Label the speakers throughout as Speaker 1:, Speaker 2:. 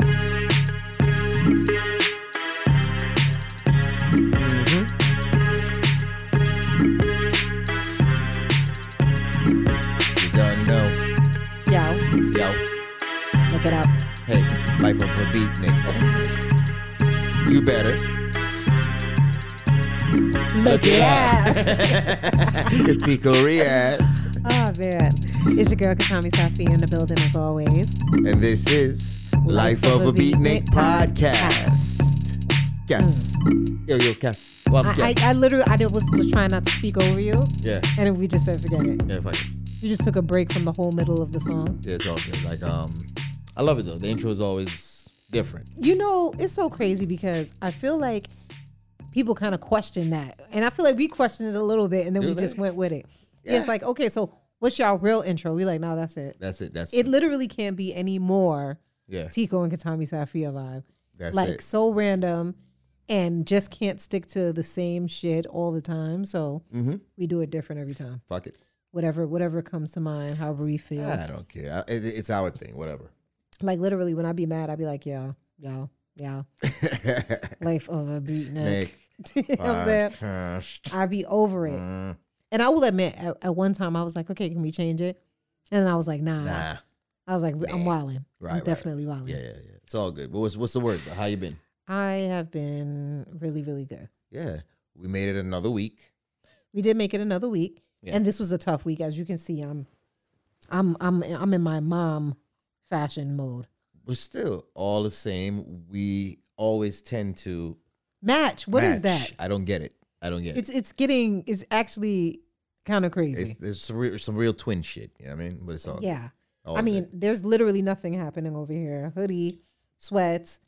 Speaker 1: Mm-hmm.
Speaker 2: check it out.
Speaker 1: Hey, life of a beatnik. You better.
Speaker 2: Look at
Speaker 1: it's Tico Riaz,
Speaker 2: Oh, man. It's your girl, Katami Safi, in the building as always.
Speaker 1: and this is Life of a Beatnik podcast. Yes. Yo, yo, Cass. Well,
Speaker 2: Mm. I, I,
Speaker 1: Cass.
Speaker 2: I literally I did, was, was trying not to speak over you,
Speaker 1: Yeah.
Speaker 2: and we just said, forget it.
Speaker 1: Yeah, fuck it.
Speaker 2: You just took a break from the whole middle of the song.
Speaker 1: Yeah, it's all good. Like, um, I love it though. The intro is always different.
Speaker 2: You know, it's so crazy because I feel like people kind of question that. And I feel like we questioned it a little bit, and then we
Speaker 1: Really?
Speaker 2: just went with it.
Speaker 1: Yeah.
Speaker 2: It's like, okay, so what's your real intro? We like, no, that's it.
Speaker 1: That's it. That's
Speaker 2: It literally can't be any more
Speaker 1: Yeah.
Speaker 2: Tico and Katami Safia vibe.
Speaker 1: That's
Speaker 2: like
Speaker 1: it.
Speaker 2: so random and just can't stick to the same shit all the time. So
Speaker 1: Mm-hmm.
Speaker 2: we do it different every time.
Speaker 1: Fuck it.
Speaker 2: Whatever whatever comes to mind, however we feel.
Speaker 1: I don't care. I, it, it's our thing. Whatever.
Speaker 2: Like literally when I be mad, I'd be like, yeah, yeah, yeah. Life of a beatnik.
Speaker 1: Nick.
Speaker 2: you know what I'm saying?
Speaker 1: Podcast.
Speaker 2: I'd be over it.
Speaker 1: Mm,
Speaker 2: And I will admit at, at one time I was like, okay, can we change it? And then I was like, nah.
Speaker 1: Nah.
Speaker 2: I was like, I'm wilding.
Speaker 1: Right,
Speaker 2: I'm
Speaker 1: right.
Speaker 2: definitely wilding.
Speaker 1: Yeah, yeah, yeah. It's all good. But what's what's the word? How you been?
Speaker 2: I have been really, really good.
Speaker 1: Yeah. We made it another week.
Speaker 2: We did make it another week,
Speaker 1: Yeah.
Speaker 2: and this was a tough week, as you can see. I'm, I'm, I'm, I'm in my mom fashion mode.
Speaker 1: We're still all the same. We always tend to
Speaker 2: Match. What is
Speaker 1: match.
Speaker 2: that?
Speaker 1: I don't get it. I don't get
Speaker 2: It's it's getting it's actually kind
Speaker 1: it.
Speaker 2: of crazy.
Speaker 1: It's, there's some real, some real twin shit. You know what I mean? But it's all
Speaker 2: yeah.
Speaker 1: all
Speaker 2: I
Speaker 1: good.
Speaker 2: mean, there's literally nothing happening over here. Hoodie, sweats,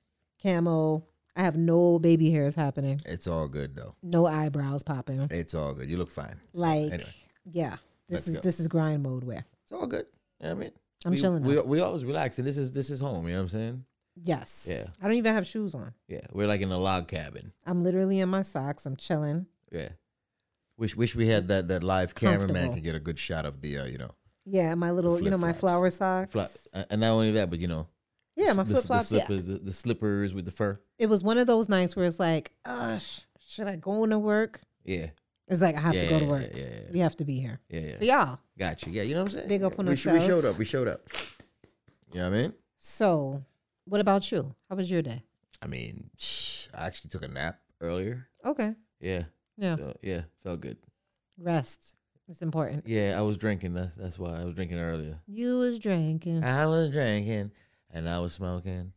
Speaker 2: camo. I have no baby hairs happening.
Speaker 1: it's all good though.
Speaker 2: No eyebrows popping.
Speaker 1: It's all good. You look fine.
Speaker 2: Like,
Speaker 1: anyway.
Speaker 2: yeah. This
Speaker 1: Let's
Speaker 2: is
Speaker 1: go.
Speaker 2: this is grind mode wear.
Speaker 1: It's all good. You know what I mean?
Speaker 2: I'm
Speaker 1: we,
Speaker 2: chilling
Speaker 1: We,
Speaker 2: now.
Speaker 1: we always relax, and this is this is home. You know what I'm saying?
Speaker 2: Yes.
Speaker 1: Yeah.
Speaker 2: I don't even have shoes on.
Speaker 1: Yeah, we're like in a log cabin.
Speaker 2: I'm literally in my socks. I'm chilling.
Speaker 1: Yeah. Wish wish we had that that live cameraman
Speaker 2: Comfortable.
Speaker 1: could get a good shot of the uh, you know
Speaker 2: Yeah, my little, you know, my
Speaker 1: flip-flops.
Speaker 2: flower socks.
Speaker 1: fly, uh, and not only that, but you know
Speaker 2: yeah, my
Speaker 1: the,
Speaker 2: flip flops.
Speaker 1: the
Speaker 2: Yeah.
Speaker 1: slippers, the, the slippers with the fur.
Speaker 2: It was one of those nights where it's like, uh, sh- should I go into work?
Speaker 1: Yeah,
Speaker 2: It's like I have
Speaker 1: Yeah,
Speaker 2: to go to
Speaker 1: yeah,
Speaker 2: work.
Speaker 1: yeah, yeah, yeah.
Speaker 2: We have to be here
Speaker 1: yeah, yeah.
Speaker 2: for y'all.
Speaker 1: Got you. Yeah, you know what I'm saying.
Speaker 2: Big up on
Speaker 1: we, sh- we
Speaker 2: ourselves.
Speaker 1: showed up. We showed up. You know what I mean?
Speaker 2: So, what about you? How was your day?
Speaker 1: I mean, shh, I actually took a nap earlier.
Speaker 2: Okay,
Speaker 1: Yeah,
Speaker 2: yeah,
Speaker 1: so, yeah, felt good.
Speaker 2: rest. It's important.
Speaker 1: Yeah, I was drinking. That's that's why I was drinking earlier.
Speaker 2: You was drinking.
Speaker 1: I was drinking and I was smoking.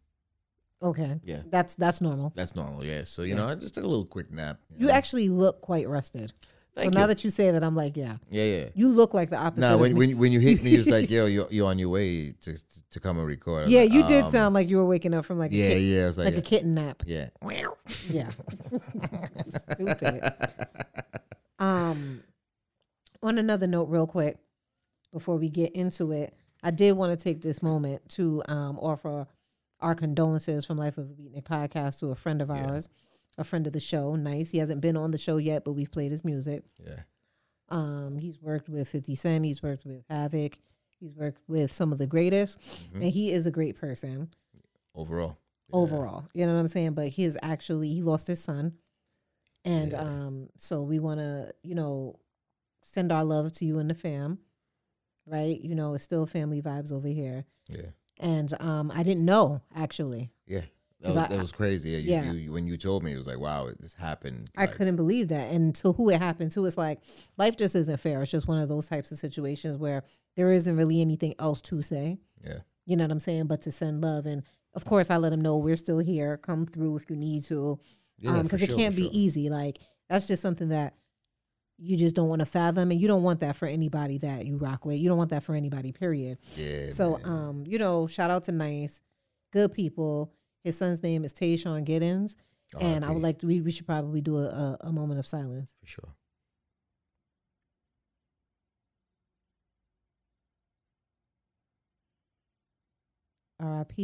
Speaker 2: Okay,
Speaker 1: Yeah.
Speaker 2: that's that's normal.
Speaker 1: That's normal, yeah. So you know, I just took a little quick nap.
Speaker 2: You
Speaker 1: know.
Speaker 2: actually look quite rested.
Speaker 1: Thank
Speaker 2: so
Speaker 1: you.
Speaker 2: now that you say that, I'm like, yeah,
Speaker 1: yeah, yeah.
Speaker 2: you look like the opposite.
Speaker 1: No,
Speaker 2: of
Speaker 1: when,
Speaker 2: me.
Speaker 1: when when you hit me, it's like, yo, you're, you're on your way to to come and record. I was
Speaker 2: yeah,
Speaker 1: like,
Speaker 2: you did
Speaker 1: um,
Speaker 2: sound like you were waking up from like
Speaker 1: Yeah,
Speaker 2: a kit,
Speaker 1: yeah. It's like,
Speaker 2: like a kitten nap.
Speaker 1: yeah.
Speaker 2: Yeah. Stupid. Um on another note real quick before we get into it, I did want to take this moment to um offer our condolences from Life of a Beatnik podcast to a friend of ours, a friend of the show. Nice. He hasn't been on the show yet, but we've played his music.
Speaker 1: yeah,
Speaker 2: Um, he's worked with 50 Cent, he's worked with Havoc, he's worked with some of the greatest, and he is a great person
Speaker 1: Mm-hmm. Overall,
Speaker 2: overall. You know what I'm saying? But he is actually he lost his son. And um so we wanna, you know, send our love to you and the fam. Right? You know, it's still family vibes over here.
Speaker 1: yeah,
Speaker 2: And um I didn't know actually.
Speaker 1: yeah. That
Speaker 2: 'Cause
Speaker 1: was,
Speaker 2: I-
Speaker 1: that was crazy. Yeah, you,
Speaker 2: yeah.
Speaker 1: You, you- when you told me, it was like, wow, it, this happened.
Speaker 2: I
Speaker 1: like,
Speaker 2: couldn't believe that. And to who it happened to, it's like life just isn't fair. It's just one of those types of situations where there isn't really anything else to say.
Speaker 1: Yeah,
Speaker 2: You know what I'm saying? But to send love. And of course, I let him know we're still here. Come through if you need to.
Speaker 1: Yeah,
Speaker 2: Because
Speaker 1: for
Speaker 2: um, it
Speaker 1: sure,
Speaker 2: can't
Speaker 1: for
Speaker 2: be
Speaker 1: sure.
Speaker 2: easy. Like, that's just something that you just don't want to fathom. And you don't want that for anybody that you rock with. You don't want that for anybody, period.
Speaker 1: yeah.
Speaker 2: so,
Speaker 1: man.
Speaker 2: um, you know, shout out to Nice. Good people. His son's name is Tayshawn Giddens. And I would
Speaker 1: RIP,
Speaker 2: like to, we, we should probably do a, a, a moment of silence.
Speaker 1: for sure.
Speaker 2: RIP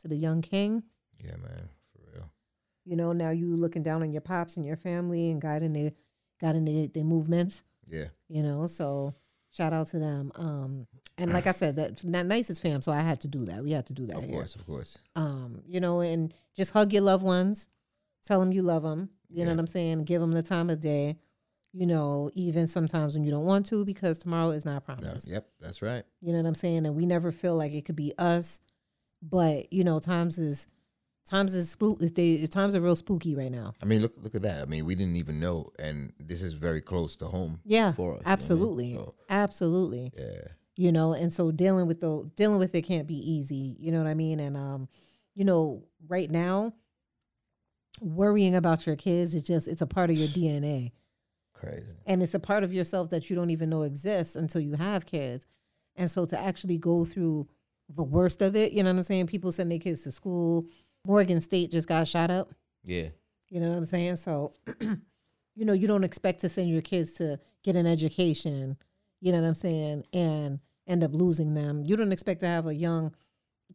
Speaker 2: to the young king.
Speaker 1: Yeah, man, for real.
Speaker 2: You know, now you looking down on your pops and your family and guiding their, guiding their, their movements.
Speaker 1: Yeah,
Speaker 2: you know so shout out to them um and like i said that that nice is fam so i had to do that we had to do that
Speaker 1: of
Speaker 2: here.
Speaker 1: course, of course.
Speaker 2: um you know and just hug your loved ones tell them you love them you know
Speaker 1: Yeah.
Speaker 2: what i'm saying give them the time of day you know even sometimes when you don't want to because tomorrow is not
Speaker 1: No,
Speaker 2: promised
Speaker 1: yep, that's right.
Speaker 2: you know what i'm saying and we never feel like it could be us But you know, times is times is spook. is They times are real spooky right now.
Speaker 1: I mean, look look at that. I mean, we didn't even know, and this is very close to home.
Speaker 2: Yeah,
Speaker 1: for us, you know what I mean?
Speaker 2: absolutely,
Speaker 1: So,
Speaker 2: absolutely.
Speaker 1: yeah,
Speaker 2: you know and so dealing with the dealing with it can't be easy you know what i mean and um you know right now worrying about your kids is just it's a part of your dna
Speaker 1: crazy.
Speaker 2: and it's a part of yourself that you don't even know exists until you have kids and so to actually go through the worst of it you know what i'm saying people send their kids to school morgan state just got shot up
Speaker 1: Yeah,
Speaker 2: you know what I'm saying? So, you know, you don't expect to send your kids to get an education, you know what I'm saying, and end up losing them. You don't expect to have a young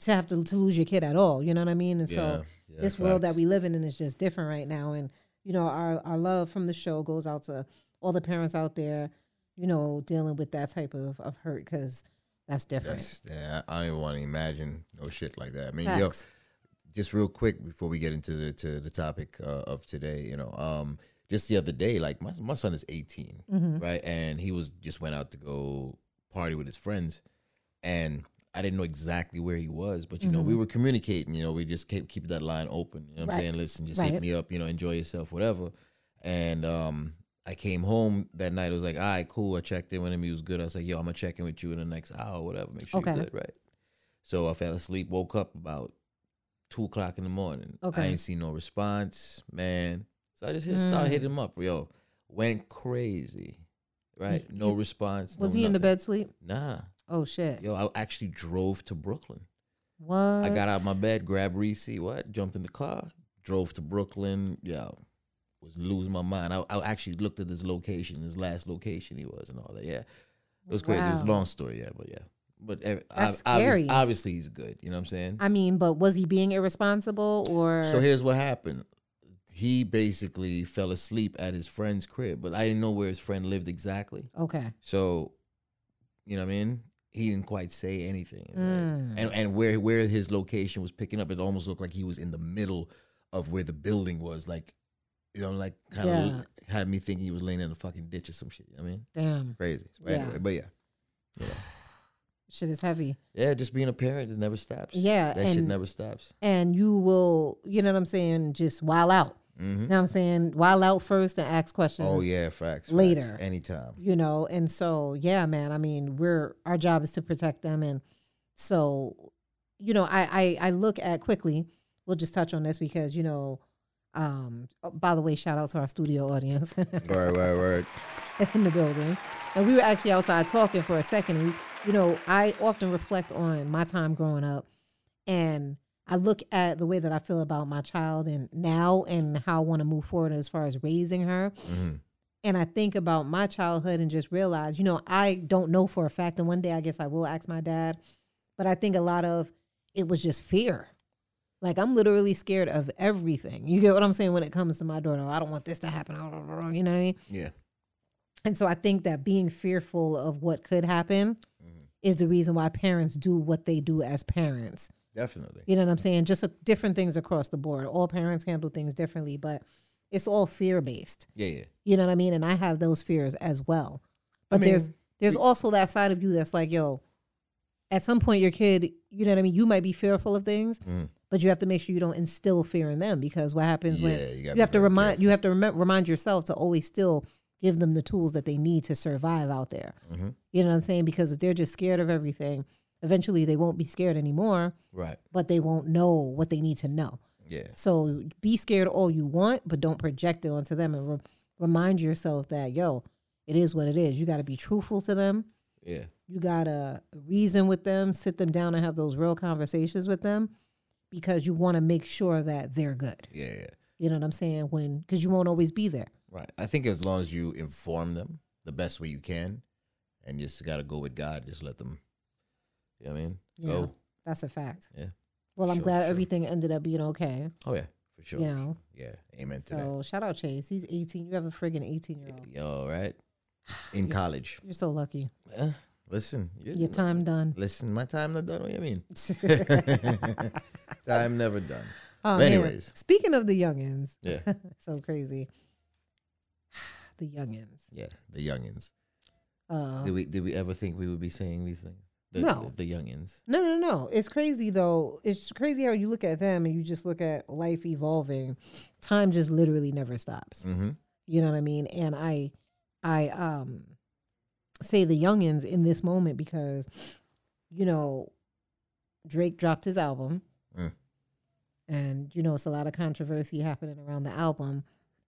Speaker 2: to have to, to lose your kid at all, you know what I mean? And
Speaker 1: yeah,
Speaker 2: so
Speaker 1: yeah,
Speaker 2: this world that
Speaker 1: facts.
Speaker 2: we live in is just different right now and you know, our our love from the show goes out to all the parents out there, you know, dealing with that type of, of hurt cuz that's different.
Speaker 1: That's, yeah, I don't even want to imagine no shit like that. I mean, yo,
Speaker 2: Facts.
Speaker 1: just real quick before we get into the to the topic uh, of today, you know, um, just the other day, like my my son is 18,
Speaker 2: Mm-hmm.
Speaker 1: right, and he was just went out to go party with his friends, and I didn't know exactly where he was, but you know, we were communicating. You know, we just kept keep that line open. You know, what I'm
Speaker 2: Mm-hmm. Right.
Speaker 1: saying, listen, just
Speaker 2: Right.
Speaker 1: hit me up. You know, enjoy yourself, whatever. And um, I came home that night. I was like, all right, cool. I checked in with him. He was good. I was like, yo, I'm gonna check in with you in the next hour, whatever. Make sure
Speaker 2: Okay.
Speaker 1: you're good, right? So I fell asleep. Woke up about two o'clock in the morning.
Speaker 2: Okay.
Speaker 1: I ain't seen no response, man. So I just hit,
Speaker 2: Mm.
Speaker 1: started hitting him up. Yo, went crazy, right? No response.
Speaker 2: Was
Speaker 1: no
Speaker 2: he in the
Speaker 1: nothing.
Speaker 2: bed sleep?
Speaker 1: Nah.
Speaker 2: Oh shit.
Speaker 1: Yo, I actually drove to Brooklyn.
Speaker 2: What?
Speaker 1: I got out of my bed, grabbed Reese, what? Jumped in the car, drove to Brooklyn. Yo, was losing my mind. I, I actually looked at his location, his last location he was, and all that. Yeah, it was crazy. It was a
Speaker 2: Wow.
Speaker 1: long story, yeah, but yeah. But eh,
Speaker 2: That's
Speaker 1: ob- obvious-
Speaker 2: scary.
Speaker 1: obviously, he's good. You know what I'm saying?
Speaker 2: I mean, but was he being irresponsible or
Speaker 1: So here's what happened. He basically fell asleep at his friend's crib, but I didn't know where his friend lived exactly.
Speaker 2: Okay.
Speaker 1: So, you know what I mean? He didn't quite say anything. It's like-
Speaker 2: Mm.
Speaker 1: And and where where his location was picking up, it almost looked like he was in the middle of where the building was. Like, you know, like kind of
Speaker 2: Yeah.
Speaker 1: had me thinking he was laying in a fucking ditch or some shit. You know what I mean?
Speaker 2: Damn,
Speaker 1: Crazy. But
Speaker 2: Yeah.
Speaker 1: anyway, but yeah.
Speaker 2: shit is heavy.
Speaker 1: Yeah, just being a parent, it never stops.
Speaker 2: Yeah,
Speaker 1: That shit
Speaker 2: and-
Speaker 1: never stops.
Speaker 2: And you will, you know what I'm saying, just while out.
Speaker 1: hmm
Speaker 2: You know what I'm saying? While out first and ask questions.
Speaker 1: Oh, yeah, facts. facts.
Speaker 2: Later.
Speaker 1: Anytime.
Speaker 2: You know, and so yeah, man, I mean, we're our job is to protect them and so you know, I I, I look at quickly, we'll just touch on this because, you know, um oh, by the way, shout out to our studio audience.
Speaker 1: Word, word, word.
Speaker 2: in the building. And we were actually outside talking for a second. And, you know, I often reflect on my time growing up and I look at the way that I feel about my child and now and how I want to move forward as far as raising her.
Speaker 1: Mhm.
Speaker 2: And I think about my childhood and just realize, you know, I don't know for a fact. And one day I guess I will ask my dad. But I think a lot of it was just fear. Like I'm literally scared of everything. You get what I'm saying when it comes to my daughter. "Oh, I don't want this to happen. You know what I mean?
Speaker 1: Yeah.
Speaker 2: And so I think that being fearful of what could happen is the reason why parents do what they do as parents.
Speaker 1: Definitely.
Speaker 2: You know what I'm saying? Just uh, different things across the board. All parents handle things differently, but it's all fear based.
Speaker 1: Yeah, yeah.
Speaker 2: You know what I mean? And I have those fears as well. But
Speaker 1: mean,
Speaker 2: there's there's also that side of you that's like, yo, at some point your kid, you know what I mean? You might be fearful of things,
Speaker 1: Mm.
Speaker 2: but you have to make sure you don't instill fear in them because what happens when
Speaker 1: Yeah, you
Speaker 2: you,
Speaker 1: gotta be
Speaker 2: have to
Speaker 1: very
Speaker 2: remind you have to remem- remind yourself to always still give them the tools that they need to survive out there.
Speaker 1: Mm-hmm.
Speaker 2: You know what I'm saying? Because if they're just scared of everything, eventually they won't be scared anymore,
Speaker 1: Right.
Speaker 2: but they won't know what they need to know.
Speaker 1: Yeah.
Speaker 2: So be scared all you want, but don't project it onto them and re- remind yourself that, yo, it is what it is. You got to be truthful to them.
Speaker 1: Yeah.
Speaker 2: You got to reason with them, sit them down and have those real conversations with them because you want to make sure that they're good.
Speaker 1: Yeah. yeah.
Speaker 2: You know what I'm saying? When, because you won't always be there.
Speaker 1: Right. I think as long as you inform them the best way you can and just got to go with God, just let them, you know what I mean?
Speaker 2: Yeah.
Speaker 1: Go.
Speaker 2: That's a fact.
Speaker 1: Oh. Yeah.
Speaker 2: Well, I'm
Speaker 1: Sure,
Speaker 2: glad
Speaker 1: sure.
Speaker 2: everything ended up being okay.
Speaker 1: Oh, yeah. For sure.
Speaker 2: You know?
Speaker 1: Yeah. Amen to
Speaker 2: So shout out Chase. He's 18. You have a friggin' 18 year old.
Speaker 1: that. Yo, right? In
Speaker 2: Yes.
Speaker 1: college.
Speaker 2: You're so lucky.
Speaker 1: Eh, listen. you-
Speaker 2: Your time done.
Speaker 1: Listen, my time not done. What do you mean? time never done. But
Speaker 2: Oh, man.
Speaker 1: anyways.
Speaker 2: speaking of the youngins,
Speaker 1: Yeah.
Speaker 2: so crazy. The Um, youngins.
Speaker 1: Yeah. The youngins.
Speaker 2: Uh,
Speaker 1: Did we did we ever think we would be saying these things? The,
Speaker 2: No.
Speaker 1: the, the youngins.
Speaker 2: No, no, no. It's crazy though. It's crazy how you look at them and you just look at life evolving. Time just literally never stops.
Speaker 1: Mm-hmm.
Speaker 2: You know what I mean? And I I um say the youngins in this moment because you know Drake dropped his album.
Speaker 1: Mm.
Speaker 2: And you know, it's a lot of controversy happening around the album.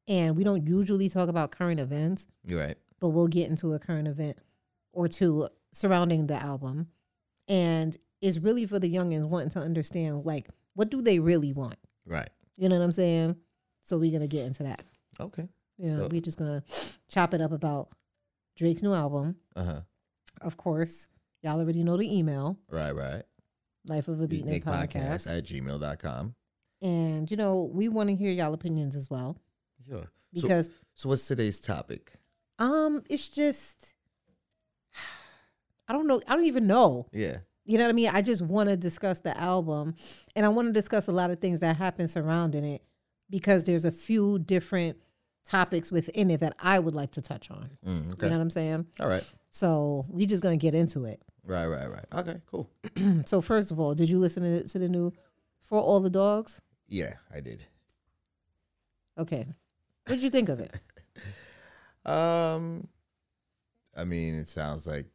Speaker 2: And we don't usually talk about current events,
Speaker 1: You're right.
Speaker 2: but we'll get into a current event or two surrounding the album. And it's really for the youngins wanting to understand like what do they really want?
Speaker 1: Right.
Speaker 2: You know what I'm saying? So we're gonna get into that.
Speaker 1: Okay.
Speaker 2: You know,
Speaker 1: So-
Speaker 2: we're just gonna chop it up about Drake's new album,
Speaker 1: Uh huh.
Speaker 2: of course. Y'all already know the email,
Speaker 1: Right. Right.
Speaker 2: Life of a Beatnik podcast.
Speaker 1: at gmail.com.
Speaker 2: And, you know, we want to hear y'all opinions as well.
Speaker 1: Sure. So,
Speaker 2: Because
Speaker 1: so what's today's topic?
Speaker 2: um it's just I don't know. I don't even know.
Speaker 1: Yeah.
Speaker 2: You know what I mean? I just want to discuss the album and I want to discuss a lot of things that happen surrounding it because there's a few different topics within it that I would like to touch on.
Speaker 1: Mm, okay.
Speaker 2: You know what I'm saying?
Speaker 1: All right.
Speaker 2: So we just gonna get into it.
Speaker 1: Right. Right. Right. Okay. Cool.
Speaker 2: So first of all, did you listen to, to the new "For All the Dogs"?
Speaker 1: Yeah, I did.
Speaker 2: Okay, what did you think of it?
Speaker 1: Um, I mean, it sounds like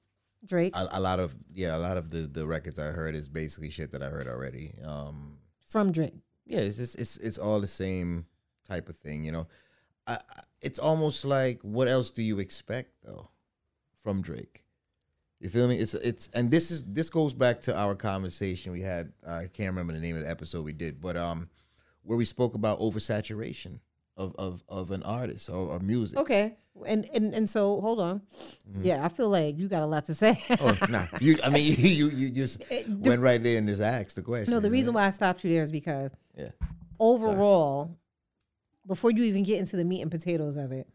Speaker 2: Drake
Speaker 1: a, a lot of yeah, a lot of the the records I heard is basically shit that I heard already. Um,
Speaker 2: from Drake.
Speaker 1: yeah, it's just it's it's all the same type of thing, you know. I, I- it's almost like what else do you expect though from Drake? You feel me? It's it's and this is this goes back to our conversation we had. I can't remember the name of the episode we did, but um, where we spoke about oversaturation of of of an artist or, or music.
Speaker 2: Okay, and and and so hold on. Yeah, I feel like you got a lot to say.
Speaker 1: Mm. Oh, nah. You, I mean, you, you, you just
Speaker 2: It- the-
Speaker 1: went right there and just asked the question.
Speaker 2: Eh, no, the reason why I stopped you there is because
Speaker 1: Yeah.
Speaker 2: overall, before you even get into the meat and potatoes of it,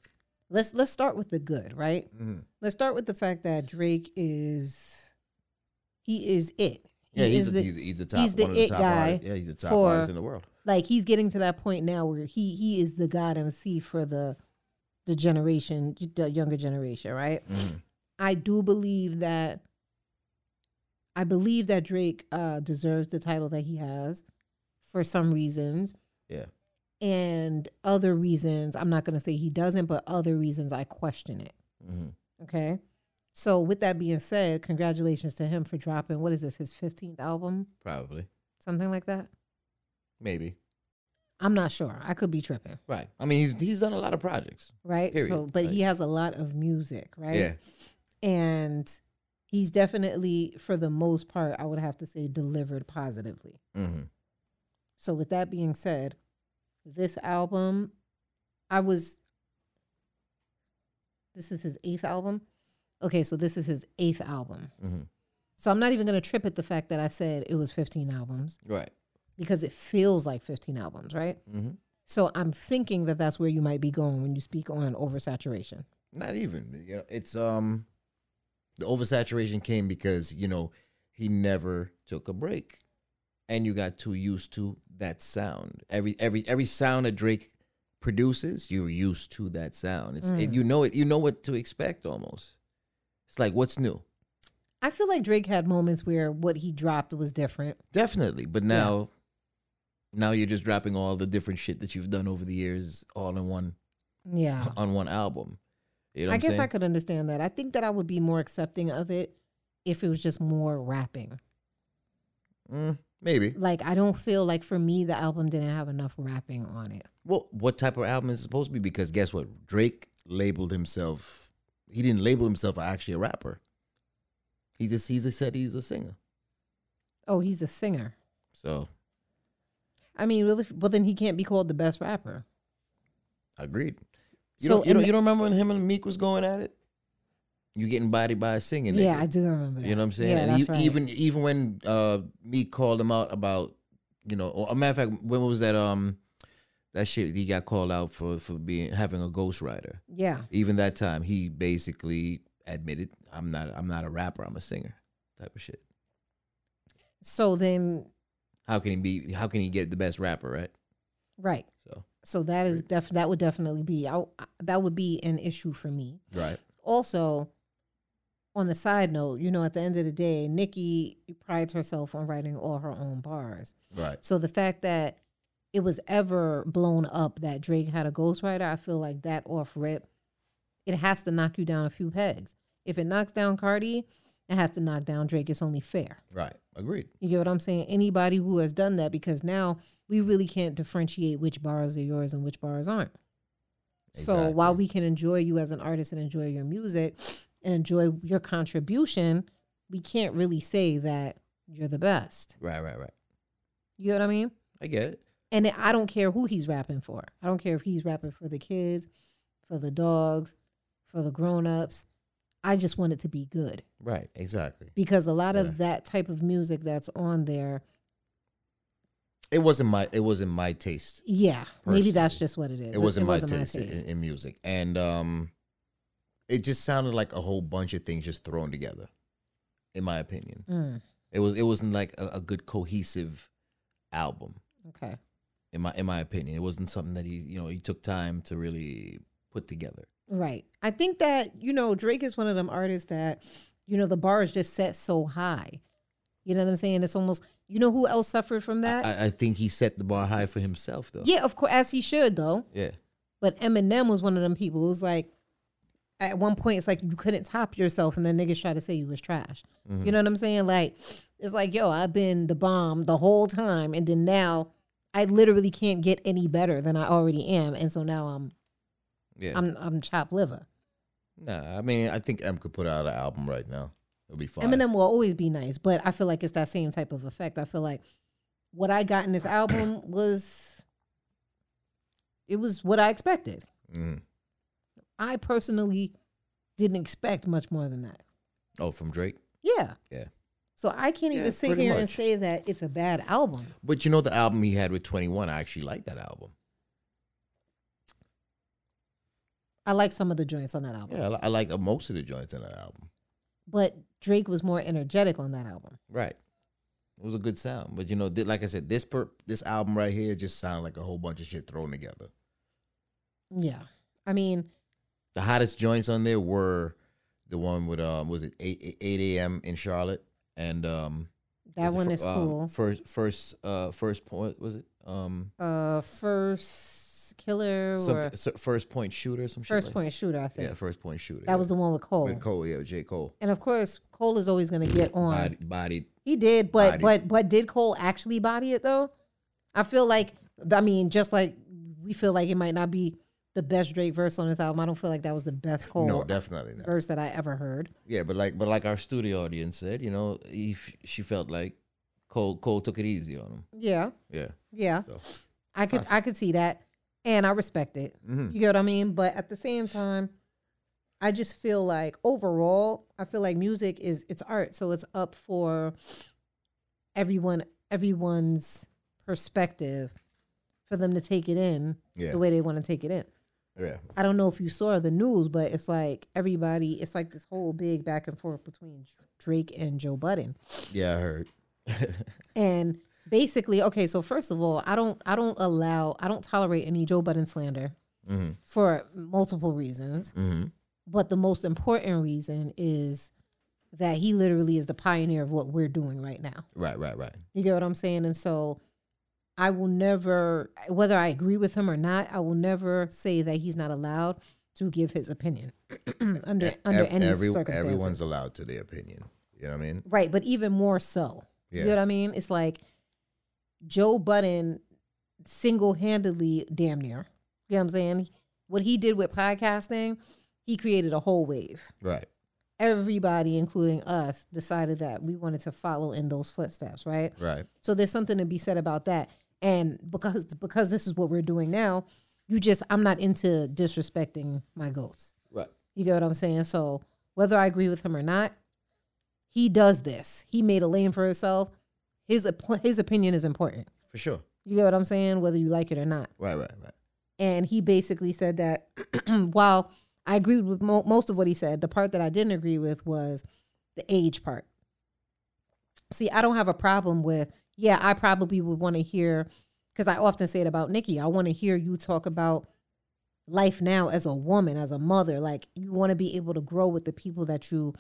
Speaker 2: let's let's start with the good, right?
Speaker 1: Mhm.
Speaker 2: Let's start with the fact that Drake is he is it. He
Speaker 1: Yeah, he's,
Speaker 2: is
Speaker 1: the,
Speaker 2: the-
Speaker 1: he's, he's the top,
Speaker 2: he's the
Speaker 1: one of the
Speaker 2: it
Speaker 1: top
Speaker 2: guy
Speaker 1: artists. Yeah, he's the top
Speaker 2: for-
Speaker 1: artist in the world.
Speaker 2: like he's getting to that point now where he he is the god MC for the the generation, the younger generation, right?
Speaker 1: Mhm.
Speaker 2: I do believe that I believe that Drake uh deserves the title that he has for some reasons
Speaker 1: Yeah.
Speaker 2: and other reasons. I'm not going to say he doesn't, but other reasons I question it,
Speaker 1: Mhm.
Speaker 2: okay? So with that being said, congratulations to him for dropping what is this his 15th album,
Speaker 1: Probably.
Speaker 2: something like that?
Speaker 1: Maybe.
Speaker 2: I'm not sure. I could be tripping.
Speaker 1: Right. I mean, he's he's done a lot of projects.
Speaker 2: right? So,
Speaker 1: Period.
Speaker 2: but he
Speaker 1: Like-
Speaker 2: has a lot of music, right?
Speaker 1: Yeah.
Speaker 2: And he's definitely, for the most part, I would have to say, delivered positively.
Speaker 1: hmm
Speaker 2: So, with that being said, this album, I was. This is his eighth album. Okay, so this is his eighth album.
Speaker 1: hmm
Speaker 2: So I'm not even gonna trip at the fact that I said it was 15 albums
Speaker 1: Right.
Speaker 2: because it feels like 15 albums, right?
Speaker 1: hmm
Speaker 2: So I'm thinking that that's where you might be going when you speak on oversaturation.
Speaker 1: Not even. You know, it's um, the oversaturation came because you know he never took a break, and you got too used to that sound. Every every every sound that Drake produces, you're used to that sound. It's it, you know it. You know what to expect almost. It's like what's new.
Speaker 2: I feel like Drake had moments where what he dropped was different.
Speaker 1: Definitely, but now, now you're just dropping all the different shit that you've done over the years all in one
Speaker 2: Yeah.
Speaker 1: on one album. You know what
Speaker 2: Uh-huh. I
Speaker 1: I'm
Speaker 2: guess
Speaker 1: saying?
Speaker 2: I could understand that. I think that I would be more accepting of it if it was just more rapping.
Speaker 1: Mm, maybe.
Speaker 2: Like I don't feel like for me the album didn't have enough rapping on it.
Speaker 1: Well, what type of album is it supposed to be? Because guess what? Drake labeled himself. He didn't label himself actually a rapper. He just he just said he's a singer.
Speaker 2: Oh, he's a singer.
Speaker 1: So
Speaker 2: I mean, really, well then he can't be called the best rapper.
Speaker 1: agreed. You
Speaker 2: So,
Speaker 1: don't you, don't,
Speaker 2: and-
Speaker 1: you don't remember when him and Meek was going at it? You getting bodied by a singing?
Speaker 2: yeah,
Speaker 1: nigga.
Speaker 2: I do remember. That.
Speaker 1: You know what I'm saying?
Speaker 2: Yeah,
Speaker 1: and
Speaker 2: that's
Speaker 1: he,
Speaker 2: right.
Speaker 1: even even when uh Meek called him out about you know, or a matter of fact, when was that um that shit he got called out for for being having a ghostwriter?
Speaker 2: yeah,
Speaker 1: even that time he basically admitted i'm not i'm not a rapper i'm a singer type of shit
Speaker 2: so then
Speaker 1: how can he be how can he get the best rapper right
Speaker 2: right.
Speaker 1: so
Speaker 2: So that is def that would definitely be I, that would be an issue for me.
Speaker 1: right
Speaker 2: also on a side note, you know, at the end of the day, Nikki prides herself on writing all her own bars.
Speaker 1: Right.
Speaker 2: So the fact that it was ever blown up that Drake had a ghostwriter, I feel like that off rip, it has to knock you down a few pegs. If it knocks down Cardi, it has to knock down Drake. It's only fair.
Speaker 1: Right. Agreed.
Speaker 2: You get what I'm saying? Anybody who has done that, because now we really can't differentiate which bars are yours and which bars aren't. So while
Speaker 1: Exactly.
Speaker 2: we can enjoy you as an artist and enjoy your music and enjoy your contribution, we can't really say that you're the best.
Speaker 1: Right. Right. Right.
Speaker 2: You know what I mean?
Speaker 1: I get it.
Speaker 2: And I don't care who he's rapping for. I don't care if he's rapping for the kids, for the dogs, for the grown-ups. I just want it to be good
Speaker 1: Right. Exactly.
Speaker 2: because a lot
Speaker 1: Yeah.
Speaker 2: of that type of music that's on there,
Speaker 1: It wasn't my. It wasn't my taste.
Speaker 2: yeah, maybe that's
Speaker 1: Personally,
Speaker 2: just what it is.
Speaker 1: It wasn't my taste in, in music, and um, it just sounded like a whole bunch of things just thrown together. In my opinion,
Speaker 2: Mm,
Speaker 1: it was. It wasn't like a, a good cohesive album.
Speaker 2: okay.
Speaker 1: In my in my opinion, it wasn't something that he you know he took time to really put together.
Speaker 2: Right. I think that, you know, Drake is one of them artists that, you know, the bar is just set so high. You know what I'm saying? It's almost, you know who else suffered from that?
Speaker 1: I, I think he set the bar high for himself though.
Speaker 2: yeah, of course, as he should, though.
Speaker 1: Yeah.
Speaker 2: But Eminem was one of them people. It was like, at one point, it's like you couldn't top yourself, and then niggas try to say you was trash.
Speaker 1: Mm-hmm.
Speaker 2: You know what I'm saying? Like, it's like, yo, I've been the bomb the whole time, and then now I literally can't get any better than I already am, and so now I'm
Speaker 1: Yeah.
Speaker 2: I'm I'm chopped liver.
Speaker 1: Nah, I mean, I think M could put out an album right now. It'll be fine.
Speaker 2: Eminem will always be nice, but I feel like it's that same type of effect. I feel like what I got in this album was it was what I expected.
Speaker 1: Mhm.
Speaker 2: I personally didn't expect much more than that.
Speaker 1: Oh, from Drake.
Speaker 2: Yeah.
Speaker 1: Yeah.
Speaker 2: So I can't
Speaker 1: Yeah,
Speaker 2: even sit
Speaker 1: pretty
Speaker 2: here and
Speaker 1: much.
Speaker 2: say that it's a bad album.
Speaker 1: But you know the album he had with Twenty One. I actually like that album.
Speaker 2: I like some of the joints on that album.
Speaker 1: Yeah, I, li- I like uh, most of the joints on that album.
Speaker 2: But Drake was more energetic on that album.
Speaker 1: Right. It was a good sound, but you know, th- like I said, this per- this album right here just sounded like a whole bunch of shit thrown together.
Speaker 2: Yeah. I mean,
Speaker 1: The hottest joints on there were the one with um was it eight eight a.m. in Charlotte and um
Speaker 2: that
Speaker 1: was it
Speaker 2: one
Speaker 1: fir-
Speaker 2: is
Speaker 1: um,
Speaker 2: cool.
Speaker 1: first first uh first point was it um
Speaker 2: Uh first killer or
Speaker 1: something, so- first point shooter or some shit
Speaker 2: first
Speaker 1: like-
Speaker 2: point shooter, I think.
Speaker 1: yeah first point shooter
Speaker 2: That was the one with Cole.
Speaker 1: with Cole yeah with J Cole
Speaker 2: And of course, Cole is always going to get on.
Speaker 1: body, bodied
Speaker 2: He did, but
Speaker 1: Body.
Speaker 2: but but did Cole actually body it though? I feel like I mean, just like we feel like it might not be the best Drake verse on this album. I don't feel like that was the best Cole
Speaker 1: no definitely not
Speaker 2: verse that I ever heard.
Speaker 1: Yeah, but like, but like our studio audience said, you know, he, f- she felt like Cole Cole took it easy on him.
Speaker 2: Yeah,
Speaker 1: Yeah,
Speaker 2: yeah,
Speaker 1: so
Speaker 2: I could I could see that, and I respect it.
Speaker 1: mhm.
Speaker 2: You get what I mean? But at the same time, I just feel like overall, I feel like music is it's art, so it's up for everyone everyone's perspective for them to take it in
Speaker 1: yeah,
Speaker 2: the way they want to take it in.
Speaker 1: yeah,
Speaker 2: I don't know if you saw the news, but it's like everybody, it's like this whole big back and forth between Drake and Joe Budden.
Speaker 1: yeah. I heard.
Speaker 2: And basically, okay, so first of all, I don't I don't allow I don't tolerate any Joe Budden slander
Speaker 1: hmm
Speaker 2: for multiple reasons.
Speaker 1: hmm
Speaker 2: But the most important reason is that he literally is the pioneer of what we're doing right now.
Speaker 1: Right, right, right.
Speaker 2: You get what I'm saying? And so I will never, whether I agree with him or not, I will never say that he's not allowed to give his opinion under under
Speaker 1: E-, Ev-
Speaker 2: any
Speaker 1: every-
Speaker 2: circumstances.
Speaker 1: everyone's allowed to their opinion. You know what I mean?
Speaker 2: Right, but even more so.
Speaker 1: Yeah.
Speaker 2: You know what I mean? It's like Joe Budden single handedly, damn near. You know what I'm saying? What he did with podcasting, he created a whole wave.
Speaker 1: Right,
Speaker 2: Everybody, including us, decided that we wanted to follow in those footsteps, right?
Speaker 1: right,
Speaker 2: So there's something to be said about that. And because because this is what we're doing now, you just I'm not into disrespecting my goats.
Speaker 1: right.
Speaker 2: You get what I'm saying? So whether I agree with him or not, he does this. He made a lane for himself. His op- his opinion is important.
Speaker 1: For sure.
Speaker 2: You get what I'm saying? Whether you like it or not.
Speaker 1: Right, right, right.
Speaker 2: And he basically said that while I agreed with mo- most of what he said, the part that I didn't agree with was the age part. See, I don't have a problem with, yeah, I probably would want to hear, because I often say it about Nikki, I want to hear you talk about life now as a woman, as a mother. Like, you want to be able to grow with the people that you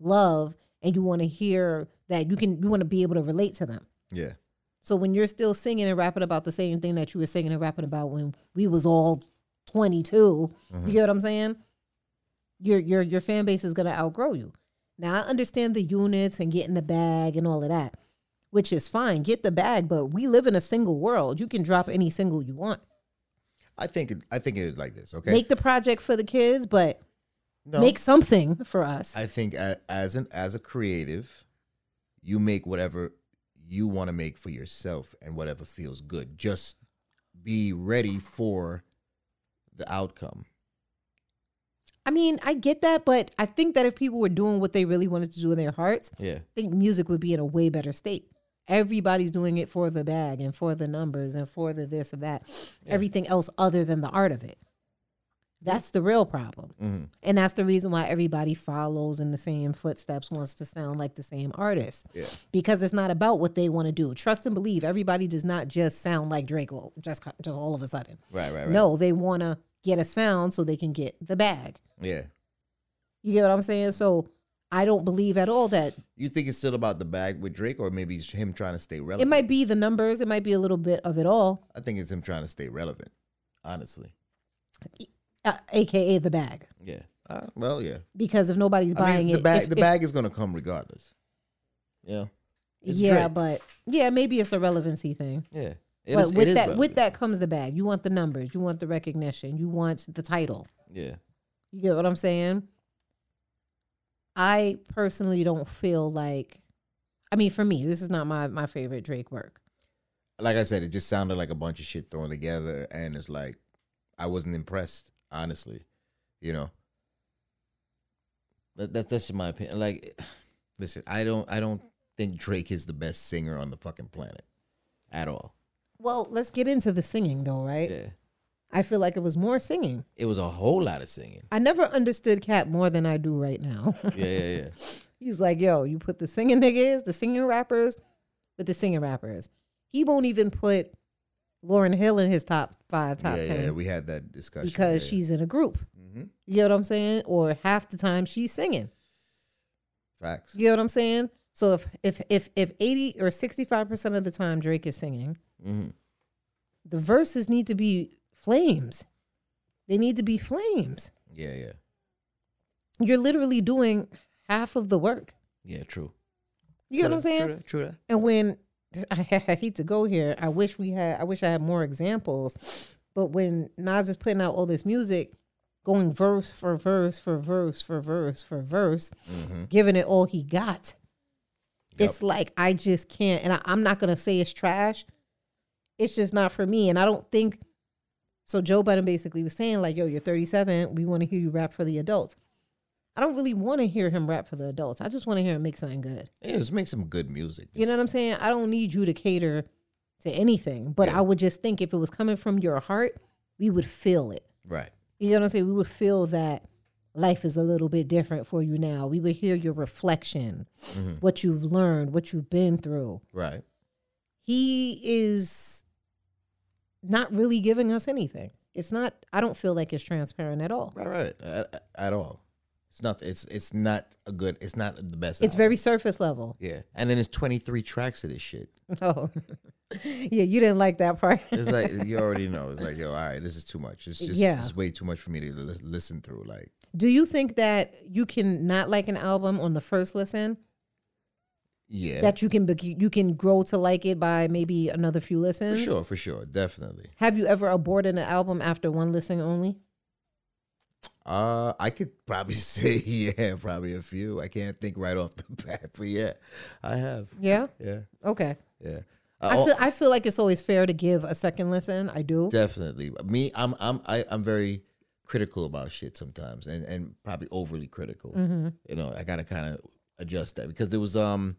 Speaker 2: love and you want to hear that you can you want to be able to relate to them.
Speaker 1: Yeah.
Speaker 2: So when you're still singing and rapping about the same thing that you were singing and rapping about when we was all 22,
Speaker 1: Mm-hmm.
Speaker 2: you get what I'm saying? Your your your fan base is gonna outgrow you. Now I understand the units and getting the bag and all of that, which is fine. Get the bag, but we live in a single world. You can drop any single you want.
Speaker 1: I think it, I think it is like this. Okay.
Speaker 2: Make the project for the kids, but
Speaker 1: no,
Speaker 2: make something for us.
Speaker 1: I think a- as an as a creative, you make whatever you want to make for yourself and whatever feels good. Just be ready for the outcome.
Speaker 2: I mean, I get that, but I think that if people were doing what they really wanted to do in their hearts,
Speaker 1: Yeah.
Speaker 2: I think music would be in a way better state. Everybody's doing it for the bag and for the numbers and for the this and that, everything else other than the art of it. That's the real problem.
Speaker 1: Mhm.
Speaker 2: And that's the reason why everybody follows in the same footsteps, wants to sound like the same artist.
Speaker 1: Yeah.
Speaker 2: Because it's not about what they want to do. Trust and believe, everybody does not just sound like Draco just, just all of a sudden.
Speaker 1: Right. Right. Right.
Speaker 2: No, they want to get a sound so they can get the bag.
Speaker 1: Yeah.
Speaker 2: You get what I'm saying? So I don't believe at all that
Speaker 1: You think it's still about the bag with Drake, or maybe it's him trying to stay
Speaker 2: it
Speaker 1: relevant?
Speaker 2: might be the numbers, it might be a little bit of it all,
Speaker 1: I think it's him trying to stay relevant. Honestly.
Speaker 2: uh, aka the bag.
Speaker 1: Yeah. Uh, well, yeah.
Speaker 2: Because if nobody's
Speaker 1: I
Speaker 2: buying
Speaker 1: mean, the
Speaker 2: it,
Speaker 1: bag
Speaker 2: if-
Speaker 1: the
Speaker 2: if-
Speaker 1: bag is gonna come regardless. Yeah. It's
Speaker 2: yeah,
Speaker 1: Drake.
Speaker 2: but yeah, maybe it's a relevancy thing.
Speaker 1: Yeah. It
Speaker 2: But
Speaker 1: is-
Speaker 2: with
Speaker 1: it is
Speaker 2: that, with
Speaker 1: relevant.
Speaker 2: that comes the bag. You want the numbers, you want the recognition, you want the title.
Speaker 1: Yeah.
Speaker 2: You get what I'm saying? I personally don't feel like, I mean, for me, this is not my my favorite Drake work.
Speaker 1: like I said, it just sounded like a bunch of shit thrown together, and it's like I wasn't impressed, honestly. You know, that, that that's my opinion. Like, listen, I don't I don't think Drake is the best singer on the fucking planet at all.
Speaker 2: Well, let's get into the singing though, right?
Speaker 1: Yeah,
Speaker 2: I feel like it was more singing.
Speaker 1: it was a whole lot of singing.
Speaker 2: I never understood Cat more than I do right now.
Speaker 1: Yeah, yeah, yeah.
Speaker 2: He's like, yo, you put the singing niggas, the singing rappers, with the singing rappers. He won't even put Lauren Hill in his top five, top
Speaker 1: yeah, yeah,
Speaker 2: ten
Speaker 1: yeah, We had that discussion
Speaker 2: because she's in a group.
Speaker 1: Mhm.
Speaker 2: You know what I'm saying? Or half the time she's singing.
Speaker 1: facts.
Speaker 2: You know what I'm saying? So if if if if eighty or sixty five percent of the time Drake is singing,
Speaker 1: Mm-hmm.
Speaker 2: the verses need to be flames. They need to be flames.
Speaker 1: Yeah, yeah,
Speaker 2: You're literally doing half of the work.
Speaker 1: yeah. True.
Speaker 2: You know what I'm
Speaker 1: True that,
Speaker 2: saying?
Speaker 1: True that. True that.
Speaker 2: And when I, hate to go here, I wish we had. I wish I had more examples. But when Nas is putting out all this music, going verse for verse for verse for verse for verse, giving it all he got,
Speaker 1: Yep.
Speaker 2: it's like I just can't. And I, I'm not gonna say it's trash. It's just not for me. And I don't think. So Joe Budden basically was saying like, "Yo, you're 37. We want to hear you rap for the adults." I don't really want to hear him rap for the adults. I just want to hear him make something good.
Speaker 1: Yeah, just make some good music.
Speaker 2: You know what I'm saying? I don't need you to cater to anything, but
Speaker 1: Yeah.
Speaker 2: I would just think if it was coming from your heart, we would feel it.
Speaker 1: Right.
Speaker 2: You know what I'm saying? We would feel that life is a little bit different for you now. We would hear your reflection, what you've learned, what you've been through.
Speaker 1: Right.
Speaker 2: He is not really giving us anything. It's not, I don't feel like it's transparent at all.
Speaker 1: Right, right. At, at all. It's not. It's it's not a good. It's not the best.
Speaker 2: It's
Speaker 1: album.
Speaker 2: very surface level.
Speaker 1: yeah. And then it's twenty three tracks of this shit.
Speaker 2: Oh, yeah, you didn't like that part.
Speaker 1: It's like you already know. It's like yo, all right, this is too much. It's just
Speaker 2: Yeah.
Speaker 1: it's way too much for me to li- listen through. Like
Speaker 2: Do you think that you can not like an album on the first listen?
Speaker 1: yeah,
Speaker 2: That you can bec- you can grow to like it by maybe another few
Speaker 1: for
Speaker 2: listens.
Speaker 1: sure, for sure, definitely.
Speaker 2: Have you ever aborted an album after one listen only?
Speaker 1: Uh, I could probably say yeah, probably a few. I can't think right off the bat, but yeah, I have.
Speaker 2: Yeah.
Speaker 1: Yeah,
Speaker 2: Okay.
Speaker 1: yeah.
Speaker 2: I
Speaker 1: oh,
Speaker 2: feel I feel like it's always fair to give a second listen. I do.
Speaker 1: Definitely. Me, I'm I'm I, I'm very critical about shit sometimes and and probably overly critical.
Speaker 2: Mm-hmm.
Speaker 1: You know, I got to kind of adjust that because there was um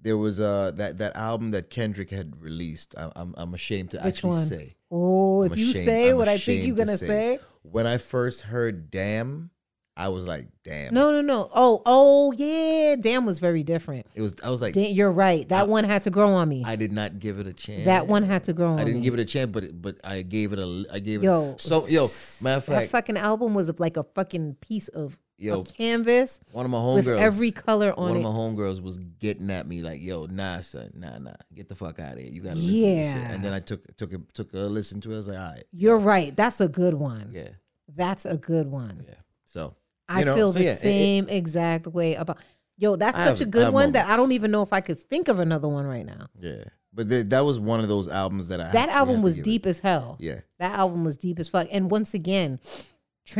Speaker 1: there was uh that that album that Kendrick had released. I, I'm I'm ashamed to actually
Speaker 2: one?
Speaker 1: say.
Speaker 2: Oh,
Speaker 1: I'm
Speaker 2: if you
Speaker 1: ashamed-
Speaker 2: say
Speaker 1: I'm
Speaker 2: what I think
Speaker 1: ashamed
Speaker 2: you're
Speaker 1: to
Speaker 2: gonna say,
Speaker 1: When I first heard "Damn," I was like, damn.
Speaker 2: No, no, no. Oh, oh yeah. Damn was very different.
Speaker 1: It was I was like,
Speaker 2: Dan- You're right. That one had to grow on me.
Speaker 1: I did not give it a chance.
Speaker 2: that one had to grow on me.
Speaker 1: I didn't give it a chance, but it- but I gave it a I gave it
Speaker 2: Yo.
Speaker 1: so yo matter of
Speaker 2: That
Speaker 1: fact
Speaker 2: fucking album was like a fucking piece of a
Speaker 1: Yo.
Speaker 2: canvas
Speaker 1: one of my
Speaker 2: with
Speaker 1: homegirls
Speaker 2: every color
Speaker 1: one
Speaker 2: on
Speaker 1: of my
Speaker 2: it.
Speaker 1: homegirls was getting at me like yo nah son nah nah get the fuck out of here you gotta listen to this
Speaker 2: Yeah.
Speaker 1: shit. and then I took took a, took a listen to it I was like all right
Speaker 2: You're right. That's a good one.
Speaker 1: yeah
Speaker 2: That's a good one.
Speaker 1: yeah so
Speaker 2: I
Speaker 1: you know,
Speaker 2: feel
Speaker 1: so
Speaker 2: the
Speaker 1: yeah, it- it-
Speaker 2: same exact way about. Yo, that's
Speaker 1: I
Speaker 2: such
Speaker 1: have- I
Speaker 2: a good
Speaker 1: have
Speaker 2: one that I
Speaker 1: moments.
Speaker 2: don't even know if I could think of another one right now.
Speaker 1: yeah but th- that was one of those albums that I had-
Speaker 2: That
Speaker 1: we
Speaker 2: album
Speaker 1: had to
Speaker 2: was
Speaker 1: give it-
Speaker 2: deep as hell.
Speaker 1: yeah
Speaker 2: That album was deep as fuck. And once again,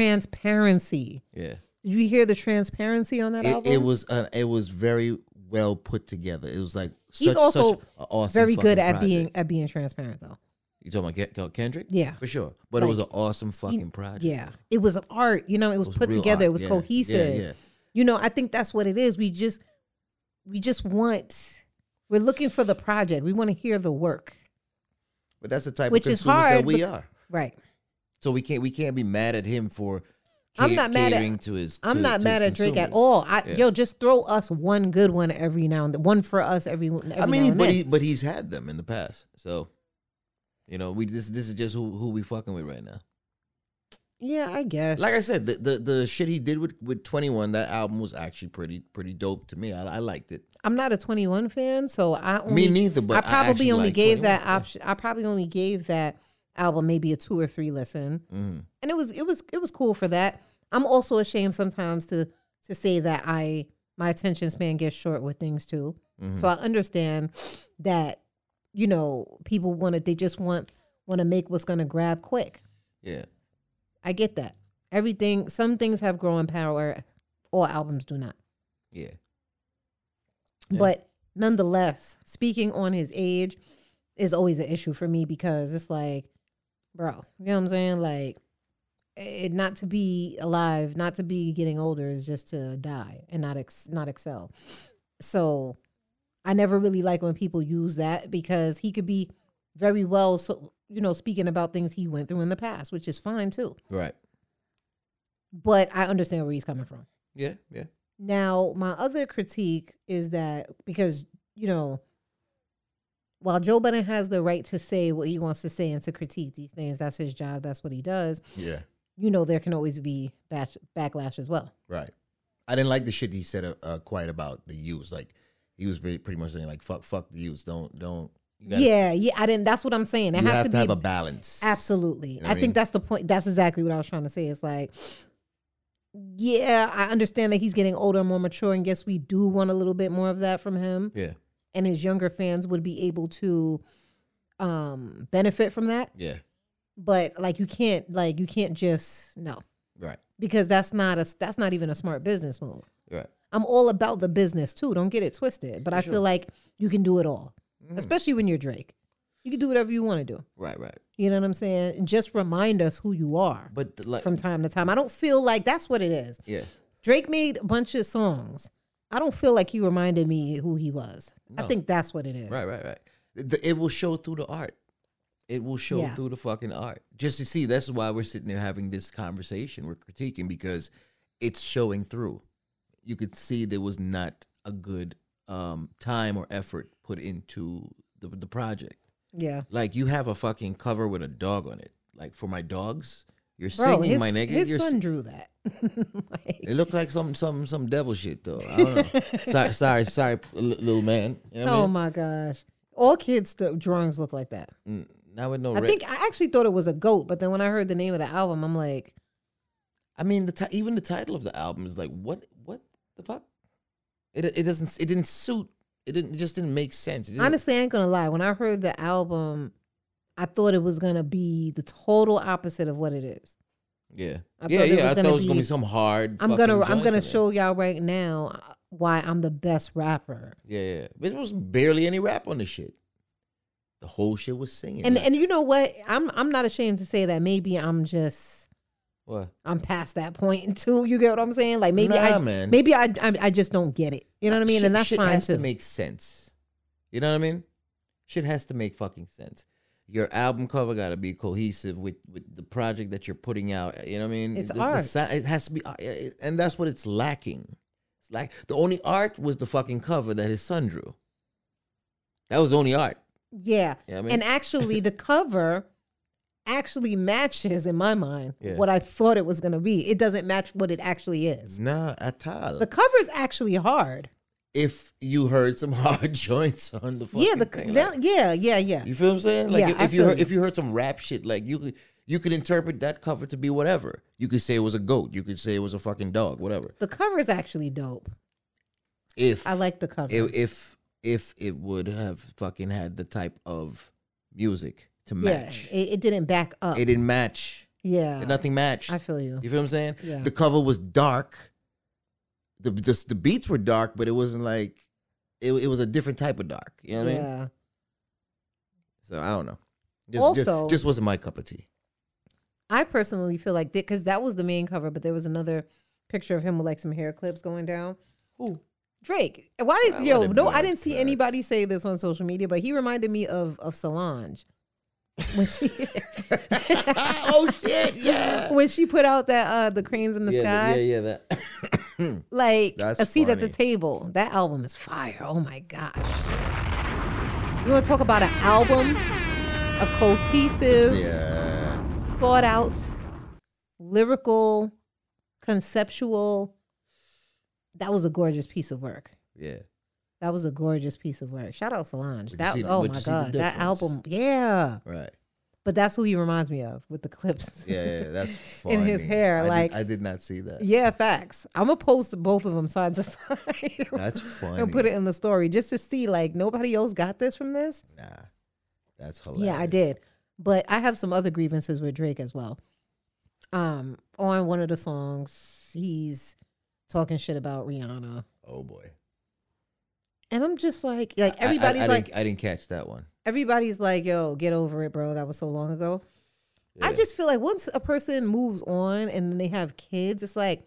Speaker 2: transparency.
Speaker 1: yeah
Speaker 2: Did you hear the transparency on that
Speaker 1: it,
Speaker 2: album?
Speaker 1: it was uh, it was very well put together it was like
Speaker 2: He's
Speaker 1: such,
Speaker 2: also
Speaker 1: such a awesome
Speaker 2: very
Speaker 1: fucking
Speaker 2: good at
Speaker 1: project.
Speaker 2: being at being transparent though.
Speaker 1: you talking about Ken- Kendrick
Speaker 2: Yeah.
Speaker 1: for sure but it was an awesome fucking project
Speaker 2: Yeah. It was an art, you know, it was,
Speaker 1: was
Speaker 2: put
Speaker 1: real
Speaker 2: together,
Speaker 1: art,
Speaker 2: it was
Speaker 1: yeah, yeah,
Speaker 2: cohesive.
Speaker 1: yeah.
Speaker 2: You know, I think that's what it is. We just we just want we're looking for the project. We want to hear the work.
Speaker 1: But that's the type
Speaker 2: Which
Speaker 1: of
Speaker 2: is
Speaker 1: consumers
Speaker 2: hard
Speaker 1: that we
Speaker 2: bec-
Speaker 1: are.
Speaker 2: Right.
Speaker 1: So we can't we can't be mad at him for
Speaker 2: I'm
Speaker 1: ca-
Speaker 2: not mad at-
Speaker 1: catering to his.
Speaker 2: I'm
Speaker 1: to-
Speaker 2: not
Speaker 1: to
Speaker 2: mad
Speaker 1: his
Speaker 2: at Drake at
Speaker 1: consumers.
Speaker 2: all. I,
Speaker 1: Yeah.
Speaker 2: Yo, just throw us one good one every now and then. One for us every, every
Speaker 1: I mean,
Speaker 2: now
Speaker 1: he,
Speaker 2: and
Speaker 1: but
Speaker 2: then.
Speaker 1: he, but he's had them in the past. So you know, we this this is just who who we fucking with right now.
Speaker 2: yeah, I guess.
Speaker 1: Like I said, the the, the shit he did with with Twenty One, that album was actually pretty pretty dope to me. I, I liked it.
Speaker 2: I'm not a 21 fan, so I only,
Speaker 1: Me neither, but I
Speaker 2: I probably
Speaker 1: actually
Speaker 2: only
Speaker 1: like
Speaker 2: gave
Speaker 1: 21,
Speaker 2: that
Speaker 1: yeah.
Speaker 2: option. I probably only gave that album maybe a two or three listen,
Speaker 1: Mhm.
Speaker 2: and it was it was it was cool for that. I'm also ashamed sometimes to to say that I my attention span gets short with things too.
Speaker 1: Mm-hmm.
Speaker 2: So I understand that you know people want to they just want want to make what's gonna grab quick.
Speaker 1: Yeah,
Speaker 2: I get that. Everything some things have growing power, all albums do not.
Speaker 1: yeah.
Speaker 2: But nonetheless, speaking on his age is always an issue for me because it's like, bro, you know what I'm saying? Like, it, not to be alive, not to be getting older is just to die and not ex, not excel. So, I never really like when people use that because he could be very well, so you know, speaking about things he went through in the past, which is fine too.
Speaker 1: Right.
Speaker 2: But I understand where he's coming from.
Speaker 1: Yeah. Yeah.
Speaker 2: Now, my other critique is that because, you know, while Joe Budden has the right to say what he wants to say and to critique these things, that's his job, that's what he does,
Speaker 1: Yeah.
Speaker 2: you know, there can always be bash- backlash as well.
Speaker 1: Right. I didn't like the shit he said uh, uh, quite about the youths. Like he was pretty pretty much saying like fuck fuck the youths. Don't don't. You gotta,
Speaker 2: yeah, yeah, I didn't. That's what I'm saying. It
Speaker 1: You
Speaker 2: has
Speaker 1: have
Speaker 2: to,
Speaker 1: to,
Speaker 2: be
Speaker 1: have a balance.
Speaker 2: Absolutely.
Speaker 1: know what
Speaker 2: I
Speaker 1: I mean?
Speaker 2: think that's the point. That's exactly what I was trying to say. It's like, yeah, I understand that he's getting older, more mature, and yes, we do want a little bit more of that from him.
Speaker 1: Yeah.
Speaker 2: and his younger fans would be able to um benefit from that
Speaker 1: Yeah.
Speaker 2: but like you can't like you can't just no
Speaker 1: Right.
Speaker 2: because that's not a that's not even a smart business move
Speaker 1: Right.
Speaker 2: i'm all about the business too don't get it twisted but i feel like you can do it all
Speaker 1: Mm-hmm.
Speaker 2: especially when you're drake you can do whatever you want to do
Speaker 1: Right. Right.
Speaker 2: you know what i'm saying And just remind us who you are
Speaker 1: But the, like
Speaker 2: from time to time i don't feel like that's what it is
Speaker 1: yeah.
Speaker 2: drake made a bunch of songs i don't feel like he reminded me who he was i think that's what it is
Speaker 1: Right. Right. Right. The, it will show through the art. It will show
Speaker 2: Yeah.
Speaker 1: through the fucking art. Just to see. That's why we're sitting there having this conversation. We're critiquing because it's showing through. You could see there was not a good um, time or effort put into the the project.
Speaker 2: yeah
Speaker 1: Like you have a fucking cover with a dog on it. Like for my dogs, you're
Speaker 2: Bro,
Speaker 1: singing
Speaker 2: his,
Speaker 1: my nigga.
Speaker 2: His
Speaker 1: you're
Speaker 2: son
Speaker 1: si-
Speaker 2: drew that. Like,
Speaker 1: it looked like some some some devil shit though. I don't know. sorry, sorry, sorry, li- little man. You know what
Speaker 2: oh my gosh! All kids' th- drawings look like that.
Speaker 1: I mean? Mm, Not with no.
Speaker 2: I
Speaker 1: red-
Speaker 2: think I actually thought it was a goat, but then when I heard the name of the album, I'm like,
Speaker 1: I mean the ti- even the title of the album is like what what the fuck? It it doesn't it didn't suit. It didn't it just didn't make sense. It didn't-
Speaker 2: honestly, I ain't gonna lie. When I heard the album, I thought it was gonna be the total opposite of what it is.
Speaker 1: yeah,
Speaker 2: I
Speaker 1: yeah,
Speaker 2: thought it
Speaker 1: yeah.
Speaker 2: was
Speaker 1: I thought
Speaker 2: gonna
Speaker 1: it was gonna
Speaker 2: be-
Speaker 1: be some hard.
Speaker 2: I'm
Speaker 1: fucking
Speaker 2: gonna I'm
Speaker 1: joints
Speaker 2: gonna
Speaker 1: in it.
Speaker 2: show y'all right now uh, why I'm the best rapper.
Speaker 1: Yeah, yeah. But there was barely any rap on the shit. The whole shit was singing.
Speaker 2: And
Speaker 1: like,
Speaker 2: and you know what? I'm I'm not ashamed to say that maybe I'm just
Speaker 1: what?
Speaker 2: I'm past that point too. You get what I'm saying? Like maybe
Speaker 1: Nah,
Speaker 2: I
Speaker 1: man.
Speaker 2: maybe I, I I just don't get it. You know what I mean?
Speaker 1: Shit-
Speaker 2: and that's
Speaker 1: shit
Speaker 2: fine
Speaker 1: has
Speaker 2: too.
Speaker 1: to make sense. You know what I mean? Shit has to make fucking sense. your album cover got to be cohesive with with the project that you're putting out. You know what I mean?
Speaker 2: It's
Speaker 1: The- the
Speaker 2: art.
Speaker 1: si- it has to be, uh, it- and that's what it's lacking. It's like the only art was the fucking cover that his son drew. That was the only art.
Speaker 2: Yeah.
Speaker 1: Yeah, I mean-
Speaker 2: and actually, the cover actually matches, in my mind,
Speaker 1: Yeah.
Speaker 2: what I thought it was going to be. It doesn't match what it actually is.
Speaker 1: Nah, at all.
Speaker 2: The cover is actually hard.
Speaker 1: if you heard some hard joints on the fucking
Speaker 2: Yeah, the,
Speaker 1: thing,
Speaker 2: that-
Speaker 1: like-
Speaker 2: yeah, yeah, yeah.
Speaker 1: You feel what I'm saying? Like
Speaker 2: Yeah,
Speaker 1: if,
Speaker 2: I
Speaker 1: if you
Speaker 2: feel
Speaker 1: heard,
Speaker 2: you.
Speaker 1: if you heard some rap shit, like you could you could interpret that cover to be whatever. You could say it was a goat. You could say it was a fucking dog. Whatever.
Speaker 2: The cover is actually dope.
Speaker 1: If
Speaker 2: I like the cover.
Speaker 1: if if, if it would have fucking had the type of music to match,
Speaker 2: Yeah, it, it didn't back up.
Speaker 1: it, didn't match.
Speaker 2: yeah,
Speaker 1: Nothing matched.
Speaker 2: I feel you.
Speaker 1: You feel what I'm saying?
Speaker 2: Yeah.
Speaker 1: The cover was dark. The, the the beats were dark, but it wasn't like it, it was a different type of dark. You know what I mean?
Speaker 2: yeah,
Speaker 1: So I don't know. Just,
Speaker 2: Also-
Speaker 1: just, just wasn't my cup of tea.
Speaker 2: I personally feel like because that was the main cover, but there was another picture of him with like some hair clips going down.
Speaker 1: Who?
Speaker 2: Drake, why
Speaker 1: I
Speaker 2: did yo?
Speaker 1: let him
Speaker 2: No,
Speaker 1: do
Speaker 2: I
Speaker 1: that.
Speaker 2: didn't see anybody say this on social media, but he reminded me of of Solange when she
Speaker 1: oh shit! Yeah.
Speaker 2: when she put out that uh the cranes in the sky,
Speaker 1: yeah, that.
Speaker 2: like
Speaker 1: That's
Speaker 2: a seat at the
Speaker 1: funny.
Speaker 2: table. That album is fire. Oh my gosh! You want to talk about an album of cohesive?
Speaker 1: yeah.
Speaker 2: thought out, lyrical, conceptual. That was a gorgeous piece of work.
Speaker 1: Yeah.
Speaker 2: That was a gorgeous piece of work. Shout out
Speaker 1: Would
Speaker 2: Solange.
Speaker 1: you
Speaker 2: That
Speaker 1: see-
Speaker 2: oh
Speaker 1: would
Speaker 2: my
Speaker 1: you see the
Speaker 2: god, that
Speaker 1: difference?
Speaker 2: album, yeah.
Speaker 1: Right.
Speaker 2: But that's who he reminds me of with the clips.
Speaker 1: Yeah. yeah that's funny.
Speaker 2: In his hair,
Speaker 1: I did-
Speaker 2: like-
Speaker 1: I did not see that.
Speaker 2: Yeah, facts. I'm gonna post both of them side to side
Speaker 1: That's funny.
Speaker 2: and put it in the story just to see like nobody else got this from this.
Speaker 1: Nah. That's hilarious.
Speaker 2: Yeah, I did. But I have some other grievances with Drake as well. Um, on one of the songs, he's talking shit about Rihanna.
Speaker 1: Oh boy.
Speaker 2: And I'm just like, like
Speaker 1: I- I-
Speaker 2: everybody's
Speaker 1: I,
Speaker 2: like,
Speaker 1: didn't, I didn't catch that one.
Speaker 2: everybody's like, yo, get over it, bro. That was so long ago. I
Speaker 1: Yeah.
Speaker 2: just feel like once a person moves on and then they have kids, it's like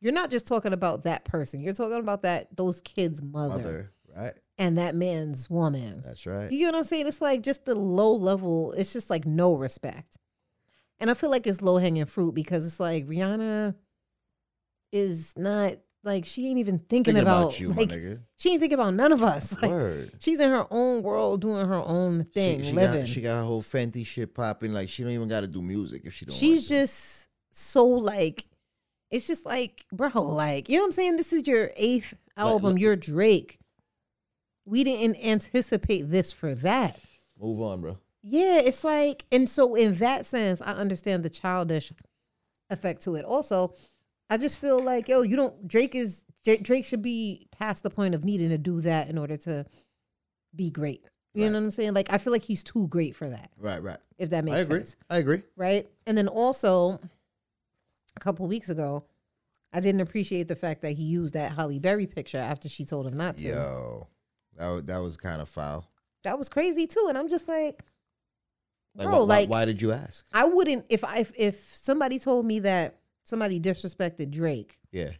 Speaker 2: you're not just talking about that person. You're talking about that those kids' mother,
Speaker 1: mother. Right.
Speaker 2: and that man's woman.
Speaker 1: That's right.
Speaker 2: You get what I'm saying? It's like just the low level. It's just like no respect. And I feel like it's low hanging fruit because it's like Rihanna is not like she ain't even thinking,
Speaker 1: Thinking
Speaker 2: about,
Speaker 1: about, you,
Speaker 2: like,
Speaker 1: my nigga.
Speaker 2: she ain't thinking about none of us. Like,
Speaker 1: Word.
Speaker 2: She's in her own world doing her own thing,
Speaker 1: she, she
Speaker 2: living.
Speaker 1: got she got her whole Fenty shit popping. Like she don't even got to do music if she don't.
Speaker 2: She's
Speaker 1: want to.
Speaker 2: just so like, it's just like, bro, like, you know what I'm saying? This is your eighth album.
Speaker 1: look-
Speaker 2: You're Drake. We didn't anticipate this for that.
Speaker 1: move on, bro.
Speaker 2: Yeah, it's like, and so in that sense, I understand the childish effect to it. Also, I just feel like, yo, you don't, Drake is, J- Drake should be past the point of needing to do that in order to be great. You know what I'm saying? Like, I feel like he's too great for that,
Speaker 1: Right. Right.
Speaker 2: if that makes
Speaker 1: I agree.
Speaker 2: sense
Speaker 1: I agree.
Speaker 2: right? And then also, a couple weeks ago, I didn't appreciate the fact that he used that Holly Berry picture after she told him not to.
Speaker 1: Yo, that wa- that was kind of foul.
Speaker 2: That was crazy too, and I'm just like,
Speaker 1: Like,
Speaker 2: Bro,
Speaker 1: wh- wh- why,
Speaker 2: like-
Speaker 1: did you ask?
Speaker 2: I wouldn't if I if, if somebody told me that somebody disrespected Drake,
Speaker 1: Yeah,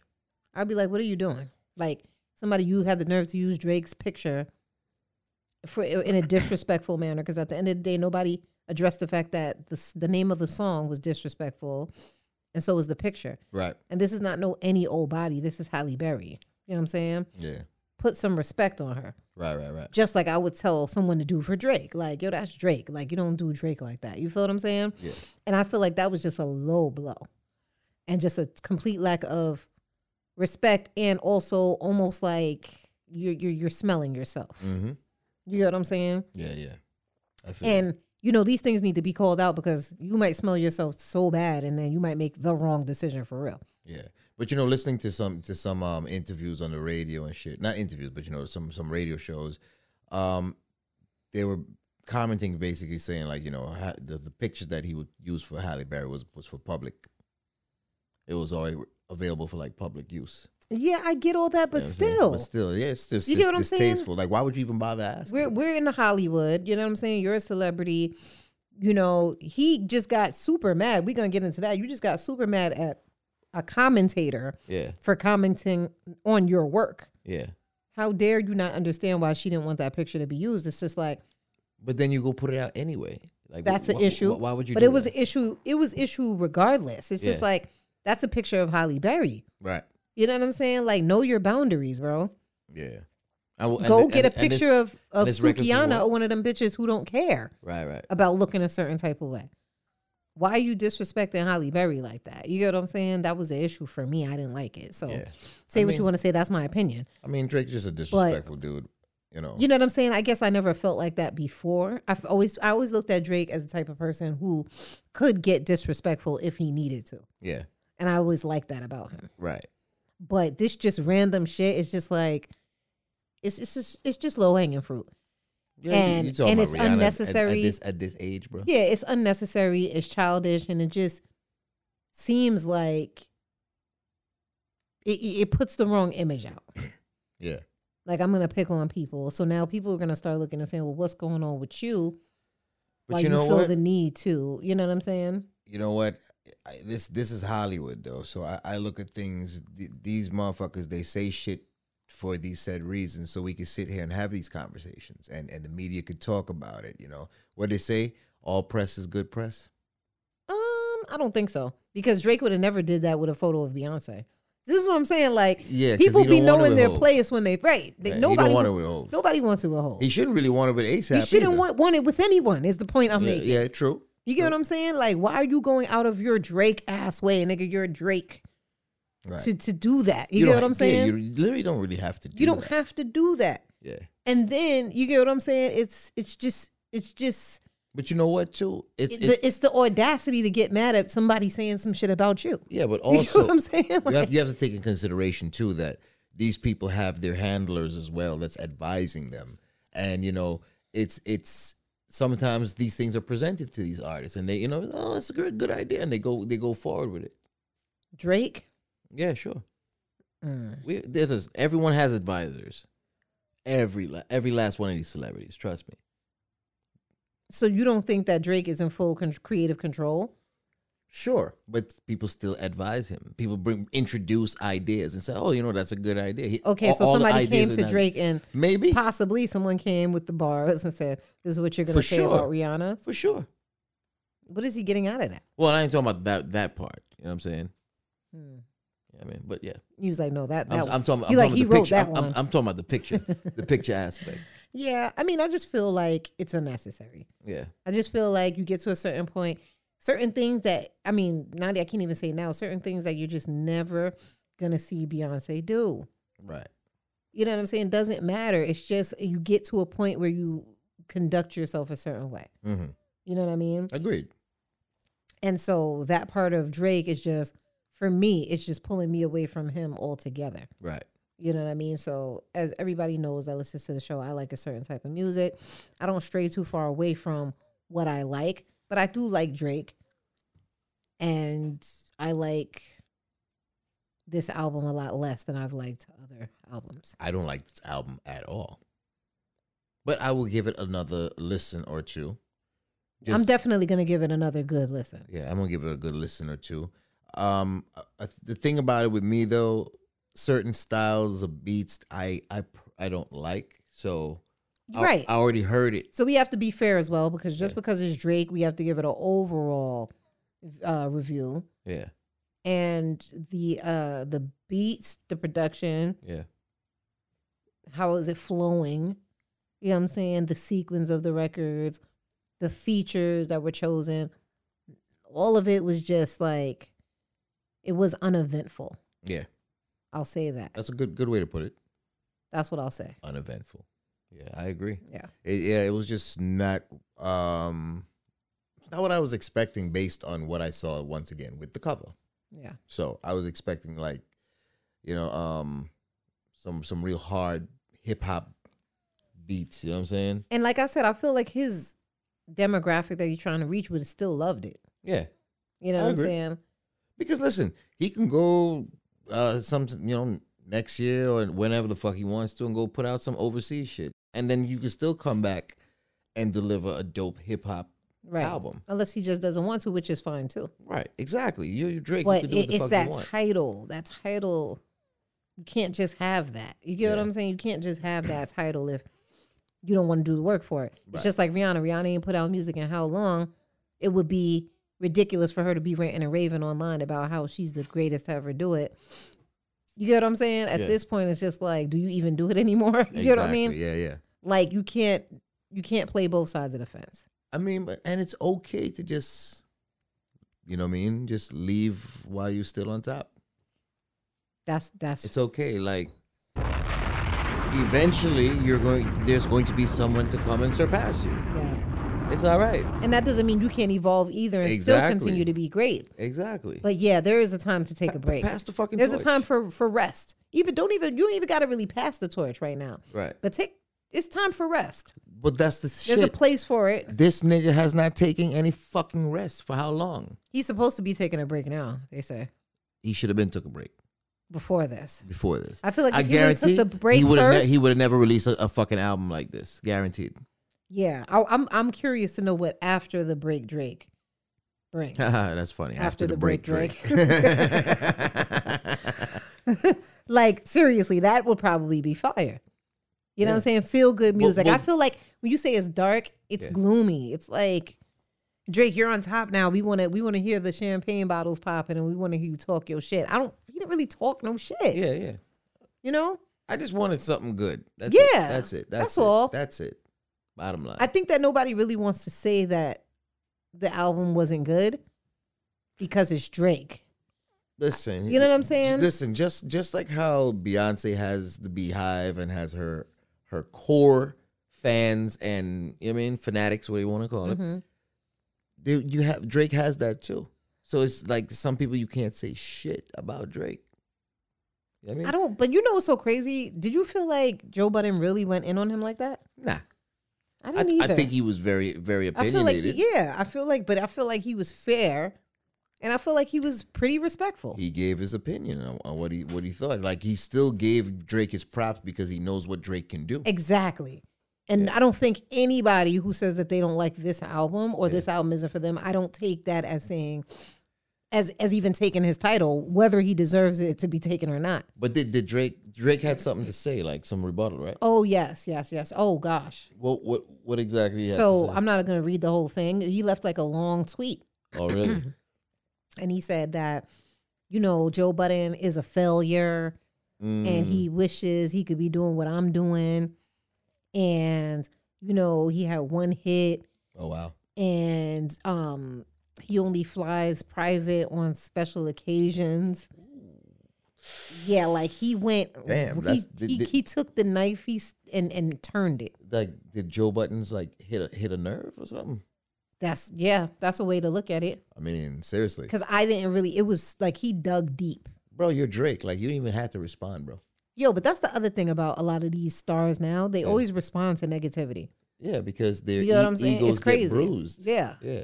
Speaker 2: I'd be like, what are you doing? Like somebody you had the nerve to use Drake's picture for in a disrespectful manner because at the end of the day, nobody addressed the fact that the s- the name of the song was disrespectful, and so was the picture.
Speaker 1: right.
Speaker 2: And this is not no any old body. This is Halle Berry. You know what I'm saying?
Speaker 1: Yeah,
Speaker 2: Put some respect on her.
Speaker 1: right, right, right.
Speaker 2: Just like I would tell someone to do for Drake. Like, yo, that's Drake. Like, you don't do Drake like that. You feel what I'm saying?
Speaker 1: Yeah.
Speaker 2: And I feel like that was just a low blow and just a complete lack of respect and also almost like you're you're, you're smelling yourself.
Speaker 1: Mm-hmm.
Speaker 2: You know what I'm saying?
Speaker 1: Yeah, yeah. I feel
Speaker 2: And you know, these things need to be called out because you might smell yourself so bad and then you might make the wrong decision for real.
Speaker 1: you. yeah. But you know, listening to some to some um interviews on the radio and shit. Not interviews, but you know, some some radio shows. Um, they were commenting basically saying like you know ha- the the pictures that he would use for Halle Berry was was for public. It was already available for like public use.
Speaker 2: Yeah, I get all that, but
Speaker 1: You know what I'm saying?
Speaker 2: still.
Speaker 1: but still, yeah, it's just
Speaker 2: You
Speaker 1: it's
Speaker 2: get what I'm saying?
Speaker 1: distasteful. Like, why would you even bother asking?
Speaker 2: we're we're in Hollywood. You know what I'm saying? You're a celebrity. You know, he just got super mad. We're gonna get into that. You just got super mad at a commentator
Speaker 1: yeah,
Speaker 2: for commenting on your work.
Speaker 1: yeah.
Speaker 2: How dare you not understand why she didn't want that picture to be used? It's just like,
Speaker 1: but then you go put it out anyway. Like
Speaker 2: That's
Speaker 1: wh-
Speaker 2: an
Speaker 1: wh-
Speaker 2: issue.
Speaker 1: wh- Why would you?
Speaker 2: But
Speaker 1: do
Speaker 2: it was
Speaker 1: that?
Speaker 2: an issue. It was issue regardless. It's just
Speaker 1: Yeah.
Speaker 2: like that's a picture of Holly Berry.
Speaker 1: right.
Speaker 2: You know what I'm saying? Like know your boundaries, bro.
Speaker 1: Yeah. I will, and
Speaker 2: Go
Speaker 1: th-
Speaker 2: get
Speaker 1: and-
Speaker 2: a
Speaker 1: and
Speaker 2: picture
Speaker 1: this-
Speaker 2: of of
Speaker 1: and this record for
Speaker 2: Sukiana
Speaker 1: what?
Speaker 2: or one of them bitches who don't care
Speaker 1: Right. Right.
Speaker 2: about looking a certain type of way. Why are you disrespecting Holly Berry like that? You get what I'm saying? That was the issue for me. I didn't like it. So
Speaker 1: Yeah.
Speaker 2: say
Speaker 1: I
Speaker 2: what you
Speaker 1: mean-
Speaker 2: want to say. That's my opinion.
Speaker 1: I mean, Drake's just a disrespectful dude. You know.
Speaker 2: You know what I'm saying? I guess I never felt like that before. I've always I always looked at Drake as the type of person who could get disrespectful if he needed to.
Speaker 1: yeah.
Speaker 2: And I always liked that about him.
Speaker 1: Right.
Speaker 2: But this just random shit is just like it's it's just it's just low hanging fruit.
Speaker 1: Yeah, you-
Speaker 2: And-
Speaker 1: you talking
Speaker 2: and
Speaker 1: about
Speaker 2: it's
Speaker 1: Rihanna at- at-
Speaker 2: unnecessary.
Speaker 1: at, this at this age, bro.
Speaker 2: Yeah, it's unnecessary, it's childish, and it just seems like it it it puts the wrong image out.
Speaker 1: Yeah,
Speaker 2: Like I'm gonna pick on people. So now people are gonna start looking and saying, Well, what's going on with you?
Speaker 1: but
Speaker 2: like
Speaker 1: you
Speaker 2: you,
Speaker 1: know
Speaker 2: feel
Speaker 1: what?
Speaker 2: the need to. You know what I'm saying?
Speaker 1: you know what? I, this this is Hollywood though, so I, I look at things. Th- these motherfuckers they say shit for these said reasons, so we can sit here and have these conversations, and and the media could talk about it. You know what they say? All press is good press.
Speaker 2: Um, I don't think so because Drake would have never did that with a photo of Beyonce. This is what I'm saying. Like,
Speaker 1: Yeah, 'cause
Speaker 2: people
Speaker 1: he
Speaker 2: be
Speaker 1: don't wanna
Speaker 2: knowing their
Speaker 1: withhold.
Speaker 2: place when they right. They,
Speaker 1: Right, he don't
Speaker 2: Nobody,
Speaker 1: wanna withhold.
Speaker 2: nobody wants to withhold.
Speaker 1: He shouldn't really want it with ASAP.
Speaker 2: You shouldn't
Speaker 1: either.
Speaker 2: want, want it with anyone. Is the point I'm
Speaker 1: Yeah,
Speaker 2: making?
Speaker 1: yeah, true.
Speaker 2: You get what I'm saying? Like, why are you going out of your Drake ass way, nigga? You're a Drake
Speaker 1: Right.
Speaker 2: to to do that. You, get
Speaker 1: don't
Speaker 2: what
Speaker 1: ha-
Speaker 2: I'm saying?
Speaker 1: Yeah, you literally don't really have to. Do
Speaker 2: you don't
Speaker 1: that.
Speaker 2: have to do that.
Speaker 1: Yeah.
Speaker 2: And then you get what I'm saying? It's it's just it's just
Speaker 1: But you know what? Too, it's,
Speaker 2: it's,
Speaker 1: it's
Speaker 2: the, it's the audacity to get mad at somebody saying some shit about you.
Speaker 1: Yeah, but
Speaker 2: know
Speaker 1: also
Speaker 2: what I'm saying?
Speaker 1: you,
Speaker 2: Like-
Speaker 1: have, you have to take in consideration too that these people have their handlers as well that's advising them, and you know it's it's sometimes these things are presented to these artists and they you know oh that's a good good idea and they go they go forward with it.
Speaker 2: Drake,
Speaker 1: Yeah, sure.
Speaker 2: Mm.
Speaker 1: We there's everyone has advisors. Every la- every last one of these celebrities, trust me.
Speaker 2: So you don't think that Drake is in full con- creative control?
Speaker 1: Sure, but people still advise him. People bring introduce ideas and say, "Oh, you know, that's a good idea." He-
Speaker 2: Okay,
Speaker 1: all-
Speaker 2: so
Speaker 1: all the
Speaker 2: somebody
Speaker 1: ideas
Speaker 2: came
Speaker 1: are
Speaker 2: to
Speaker 1: not-
Speaker 2: Drake and
Speaker 1: Maybe
Speaker 2: possibly someone came with the bars and said, "This is what you're going
Speaker 1: For
Speaker 2: to say
Speaker 1: sure.
Speaker 2: about Rihanna."
Speaker 1: for sure.
Speaker 2: What is he getting out of that?
Speaker 1: Well, I ain't talking about that that part. You know what I'm saying? Yeah, I mean, but yeah,
Speaker 2: He was like, "No, Hmm. that that
Speaker 1: I'm,
Speaker 2: one."
Speaker 1: I'm talking. I'm
Speaker 2: You like
Speaker 1: talking
Speaker 2: he
Speaker 1: the
Speaker 2: wrote
Speaker 1: picture.
Speaker 2: that
Speaker 1: I'm, I'm-
Speaker 2: one.
Speaker 1: I'm talking about the picture, the picture aspect.
Speaker 2: yeah, I mean, I just feel like it's unnecessary.
Speaker 1: Yeah,
Speaker 2: I just feel like you get to a certain point, certain things that I mean, not I can't even say now, certain things that you're just never gonna see Beyonce do.
Speaker 1: right.
Speaker 2: You know what I'm saying? Doesn't matter. It's just you get to a point where you conduct yourself a certain way.
Speaker 1: Mm-hmm.
Speaker 2: You know what I mean?
Speaker 1: Agreed.
Speaker 2: And so that part of Drake is just for me, it's just pulling me away from him altogether.
Speaker 1: Right.
Speaker 2: You know what I mean? So as everybody knows that listens to the show, I like a certain type of music. I don't stray too far away from what I like, but I do like Drake. And I like this album a lot less than I've liked other albums.
Speaker 1: I don't like this album at all, but I will give it another listen or two.
Speaker 2: I'm definitely gonna give it another good listen.
Speaker 1: Yeah, I'm gonna give it a good listen or two. Um, uh, uh, the thing about it with me though, certain styles of beats I I pr- I don't like. So I-
Speaker 2: Right.
Speaker 1: I already heard it.
Speaker 2: So we have to be fair as well because just because it's Drake, we have to give it an overall uh, review.
Speaker 1: Yeah,
Speaker 2: And the uh, the beats, the production,
Speaker 1: yeah,
Speaker 2: how is it flowing? You know what I'm saying? The sequence of the records, the features that were chosen, all of it was just like it was uneventful.
Speaker 1: yeah.
Speaker 2: I'll say that.
Speaker 1: That's a good good way to put it.
Speaker 2: That's what I'll say.
Speaker 1: uneventful. Yeah, I agree.
Speaker 2: Yeah.
Speaker 1: It, yeah, it was just not um not what I was expecting based on what I saw once again with the cover.
Speaker 2: Yeah.
Speaker 1: So I was expecting like, you know, um some some real hard hip hop beats, you know what I'm saying?
Speaker 2: And like I said, I feel like his demographic that he's trying to reach would have still loved it.
Speaker 1: Yeah.
Speaker 2: You know
Speaker 1: I
Speaker 2: what I'm
Speaker 1: agree.
Speaker 2: saying?
Speaker 1: Because listen, he can go uh some you know next year or whenever the fuck he wants to and go put out some overseas shit. And then you can still come back and deliver a dope hip hop
Speaker 2: Right.
Speaker 1: Album.
Speaker 2: Unless he just doesn't want to, which is fine too.
Speaker 1: Right, exactly. You're, you're Drake.
Speaker 2: But
Speaker 1: you can do
Speaker 2: it, it's
Speaker 1: what the fuck
Speaker 2: that
Speaker 1: you want.
Speaker 2: title. That title. You can't just have that. You get what
Speaker 1: Yeah.
Speaker 2: I'm saying? You can't just have that title if you don't want to do the work for it.
Speaker 1: Right.
Speaker 2: It's just like Rihanna. Rihanna ain't put out music in how long. It would be ridiculous for her to be ranting and raving online about how she's the greatest to ever do it. You get what I'm saying? At
Speaker 1: Yeah.
Speaker 2: this point, it's just like, do you even do it anymore? you get what I mean?
Speaker 1: Yeah, yeah.
Speaker 2: Like you can't you can't play both sides of the fence.
Speaker 1: I mean, but and it's okay to just, you know, what I mean, just leave while you're still on top.
Speaker 2: That's that's
Speaker 1: It's okay. Like, eventually, you're going. There's going to be someone to come and surpass you.
Speaker 2: yeah.
Speaker 1: It's all right.
Speaker 2: And that doesn't mean you can't evolve either and
Speaker 1: Exactly.
Speaker 2: still continue to be great.
Speaker 1: Exactly.
Speaker 2: But yeah, there is a time to take a break.
Speaker 1: Pass the fucking.
Speaker 2: There's a
Speaker 1: torch.
Speaker 2: time for for rest. Even don't even you don't even got to really pass the torch right now.
Speaker 1: Right.
Speaker 2: But take it's time for rest.
Speaker 1: But that's the
Speaker 2: There's
Speaker 1: shit.
Speaker 2: a place for it.
Speaker 1: this nigga has not taken any fucking rest for how long?
Speaker 2: He's supposed to be taking a break now. They say
Speaker 1: He should have been took a break
Speaker 2: before this.
Speaker 1: before this.
Speaker 2: I feel like
Speaker 1: I
Speaker 2: if he would've
Speaker 1: guarantee
Speaker 2: took the break
Speaker 1: he would have
Speaker 2: first-
Speaker 1: he would have never released a, a fucking album like this. Guaranteed.
Speaker 2: Yeah, I, I'm I'm curious to know what after the break Drake brings.
Speaker 1: That's funny. After,
Speaker 2: After
Speaker 1: the
Speaker 2: the
Speaker 1: break,
Speaker 2: break,
Speaker 1: Drake.
Speaker 2: like seriously, that would probably be fire. You know what
Speaker 1: Yeah.
Speaker 2: I'm saying? Feel good
Speaker 1: Well-
Speaker 2: music.
Speaker 1: well-
Speaker 2: I feel like when you say it's dark, it's
Speaker 1: Yeah.
Speaker 2: gloomy. It's like Drake, you're on top now. We want to we want to hear the champagne bottles popping, and we want to hear you talk your shit. I don't. He didn't really talk no shit.
Speaker 1: yeah, yeah.
Speaker 2: You know.
Speaker 1: I just wanted something good. That's It.
Speaker 2: Yeah.
Speaker 1: That's it. That's,
Speaker 2: That's
Speaker 1: it.
Speaker 2: all.
Speaker 1: That's it. Bottom line.
Speaker 2: I think that nobody really wants to say that the album wasn't good because it's Drake.
Speaker 1: listen.
Speaker 2: You know what I'm
Speaker 1: j-
Speaker 2: saying?
Speaker 1: Listen, just just like how Beyonce has the beehive and has her her core fans and you know what I mean fanatics, what do you want to call it?
Speaker 2: Mm-hmm.
Speaker 1: Dude, you have Drake has that too. So it's like some people you can't say shit about Drake. You know what I mean?
Speaker 2: I don't, but you know what's so crazy? Did you feel like Joe Budden really went in on him like that?
Speaker 1: Nah.
Speaker 2: I
Speaker 1: I,
Speaker 2: didn't either.
Speaker 1: I think he was very, very
Speaker 2: I feel like,
Speaker 1: opinionated.
Speaker 2: he, yeah, I feel like, but I feel like he was fair, and I feel like he was pretty respectful.
Speaker 1: he gave his opinion on, on what he what he thought. Like he still gave Drake his props because he knows what Drake can do.
Speaker 2: exactly. And I don't think anybody who says that they don't like this album or this album isn't for them, I don't take that as saying, as as even taking his title, whether he deserves it to be taken or not.
Speaker 1: But did, did Drake Drake had something to say, like some rebuttal, right?
Speaker 2: Oh yes, yes, yes. Oh gosh.
Speaker 1: What what what exactly? He had to
Speaker 2: so
Speaker 1: say?
Speaker 2: I'm not gonna read the whole thing. He left like a long tweet.
Speaker 1: oh really?
Speaker 2: and he said that you know Joe Budden is a failure
Speaker 1: Mm.
Speaker 2: and he wishes he could be doing what I'm doing and you know he had one hit
Speaker 1: Oh wow.
Speaker 2: and um he only flies private on special occasions yeah like he went
Speaker 1: Damn,
Speaker 2: he,
Speaker 1: that's-
Speaker 2: he,
Speaker 1: did-
Speaker 2: he took the knife he s- and and turned it
Speaker 1: Like did Joe Buttons like hit a hit a nerve or something?
Speaker 2: that's yeah that's a way to look at it
Speaker 1: I mean, seriously,
Speaker 2: because i didn't really it was like he dug deep
Speaker 1: bro, you're Drake. Like you didn't even have to respond, bro.
Speaker 2: Yo, but that's the other thing about a lot of these stars now. They always respond to negativity.
Speaker 1: Yeah, because their
Speaker 2: You know what
Speaker 1: e-
Speaker 2: I'm saying?
Speaker 1: egos
Speaker 2: It's crazy.
Speaker 1: get bruised.
Speaker 2: Yeah.
Speaker 1: yeah.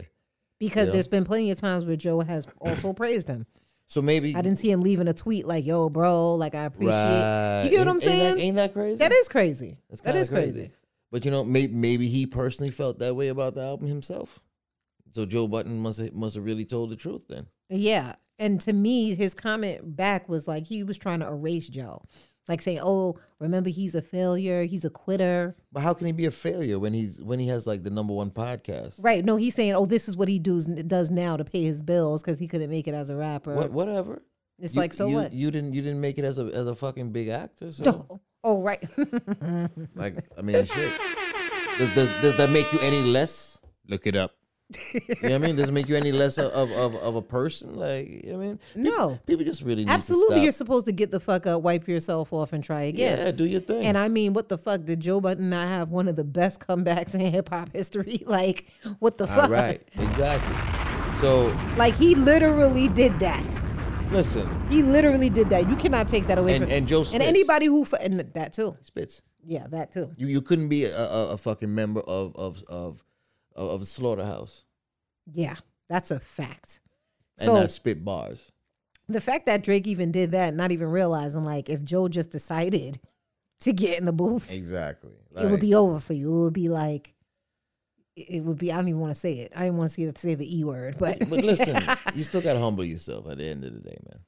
Speaker 2: Because
Speaker 1: Yeah.
Speaker 2: there's been plenty of times where Joe has also praised him.
Speaker 1: So maybe
Speaker 2: I didn't see him leaving a tweet like, yo, bro, like I appreciate
Speaker 1: Right.
Speaker 2: You get what
Speaker 1: Ain't-
Speaker 2: I'm
Speaker 1: ain't
Speaker 2: saying?
Speaker 1: That, ain't that crazy?
Speaker 2: that is crazy.
Speaker 1: That's
Speaker 2: That
Speaker 1: kinda
Speaker 2: is crazy.
Speaker 1: But you know, maybe maybe he personally felt that way about the album himself. So Joe Button must have, must have really told the truth then.
Speaker 2: Yeah. And to me, his comment back was like he was trying to erase Joe. Like saying, Oh, remember he's a failure, he's a quitter.
Speaker 1: But how can he be a failure when he's when he has like the number one podcast?
Speaker 2: Right. No, he's saying, Oh, this is what he does does now to pay his bills because he couldn't make it as a rapper.
Speaker 1: What, whatever.
Speaker 2: It's
Speaker 1: You-
Speaker 2: like so
Speaker 1: you,
Speaker 2: what?
Speaker 1: You didn't you didn't make it as a as a fucking big actor. So
Speaker 2: oh, oh, right.
Speaker 1: like I mean shit. Does, does does that make you any less? Look it up. you know what I mean? Does it make you any less of of, of, of a person? Like you know what I mean?
Speaker 2: no.
Speaker 1: People just really need to
Speaker 2: Absolutely,
Speaker 1: stop.
Speaker 2: you're supposed to get the fuck up, wipe yourself off, and try again.
Speaker 1: yeah, do your thing.
Speaker 2: And I mean, what the fuck did Joe Button not have one of the best comebacks in hip hop history? Like, what the
Speaker 1: All
Speaker 2: fuck?
Speaker 1: right, exactly. So
Speaker 2: Like, he literally did that.
Speaker 1: listen,
Speaker 2: He literally did that. You cannot take that away
Speaker 1: And-
Speaker 2: from
Speaker 1: and Joe
Speaker 2: and
Speaker 1: Spitz.
Speaker 2: anybody who f- and that too.
Speaker 1: Spitz,
Speaker 2: Yeah, that too.
Speaker 1: you you couldn't be a, a, a fucking member of of of of, of a slaughterhouse
Speaker 2: Yeah, that's a fact.
Speaker 1: and
Speaker 2: So-
Speaker 1: not spit bars.
Speaker 2: The fact that Drake even did that, not even realizing, like, if Joe just decided to get in the booth,
Speaker 1: Exactly.
Speaker 2: it would be over for you. It would be like, it it would be. I don't even want to say it. I didn't want to see say the e word, but
Speaker 1: But listen, you still gotta humble yourself at the end of the day, man.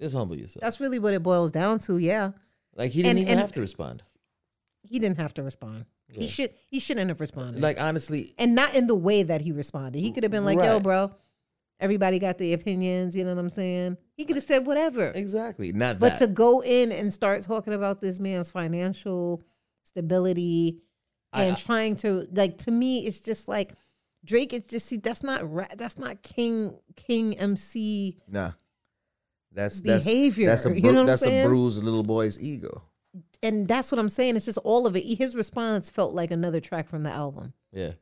Speaker 1: Just humble yourself.
Speaker 2: that's really what it boils down to. Yeah,
Speaker 1: like he didn't
Speaker 2: and-
Speaker 1: even
Speaker 2: and-
Speaker 1: have to respond.
Speaker 2: he didn't have to respond. He should he shouldn't have responded.
Speaker 1: Like honestly,
Speaker 2: and not in the way that he responded. He could have been like, "Yo,
Speaker 1: Right.
Speaker 2: bro, everybody got their opinions." You know what I'm saying? He could have said whatever,
Speaker 1: exactly. Not that.
Speaker 2: but to go in and start talking about this man's financial stability
Speaker 1: I-
Speaker 2: and
Speaker 1: I-
Speaker 2: trying to like to me, it's just like Drake. It's just see that's not ra- that's not King King MC.
Speaker 1: nah. That's that's
Speaker 2: Behavior,
Speaker 1: That's a
Speaker 2: you
Speaker 1: bru-
Speaker 2: know what I'm
Speaker 1: that's a
Speaker 2: saying?
Speaker 1: bruised little boy's ego.
Speaker 2: And that's what I'm saying. It's just all of it. His response felt like another track from the album.
Speaker 1: Yeah.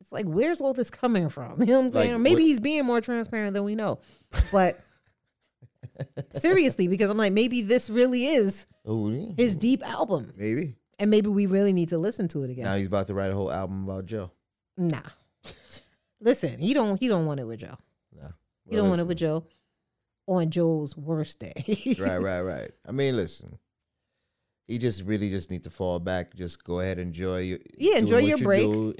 Speaker 2: it's like where's all this coming from? You know what I'm
Speaker 1: Like,
Speaker 2: saying? Or maybe
Speaker 1: what-
Speaker 2: he's being more transparent than we know. But seriously, because I'm like, maybe this really is
Speaker 1: Oh, yeah.
Speaker 2: his deep album.
Speaker 1: maybe.
Speaker 2: And maybe we really need to listen to it
Speaker 1: Now
Speaker 2: again.
Speaker 1: he's about to write a whole album about Joe.
Speaker 2: nah. Listen, he don't he don't want it with Joe.
Speaker 1: Nah.
Speaker 2: He
Speaker 1: Well,
Speaker 2: don't want it
Speaker 1: listen.
Speaker 2: with Joe on Joe's worst day.
Speaker 1: right, right, right. I mean, listen. He just really just need to fall back. Just go ahead, enjoy your
Speaker 2: Yeah,
Speaker 1: doing
Speaker 2: enjoy
Speaker 1: what
Speaker 2: your
Speaker 1: you
Speaker 2: break.
Speaker 1: do.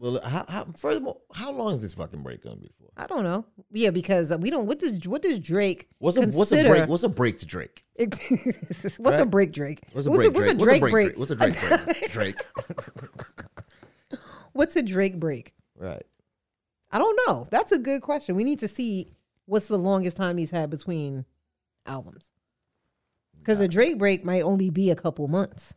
Speaker 1: Well, how, how furthermore, how long is this fucking break gonna be for?
Speaker 2: I don't know. Yeah, because we don't what does what does Drake
Speaker 1: What's a
Speaker 2: consider,
Speaker 1: what's a break? What's a break to Drake?
Speaker 2: what's a
Speaker 1: Right.
Speaker 2: break Drake?
Speaker 1: What's a break? Drake?
Speaker 2: What's
Speaker 1: What's a
Speaker 2: a Drake break?
Speaker 1: Drake break? Drake.
Speaker 2: What's a Drake break?
Speaker 1: Right.
Speaker 2: I don't know. That's a good question. We need to see what's the longest time he's had between albums. Because a Drake break might only be a couple months.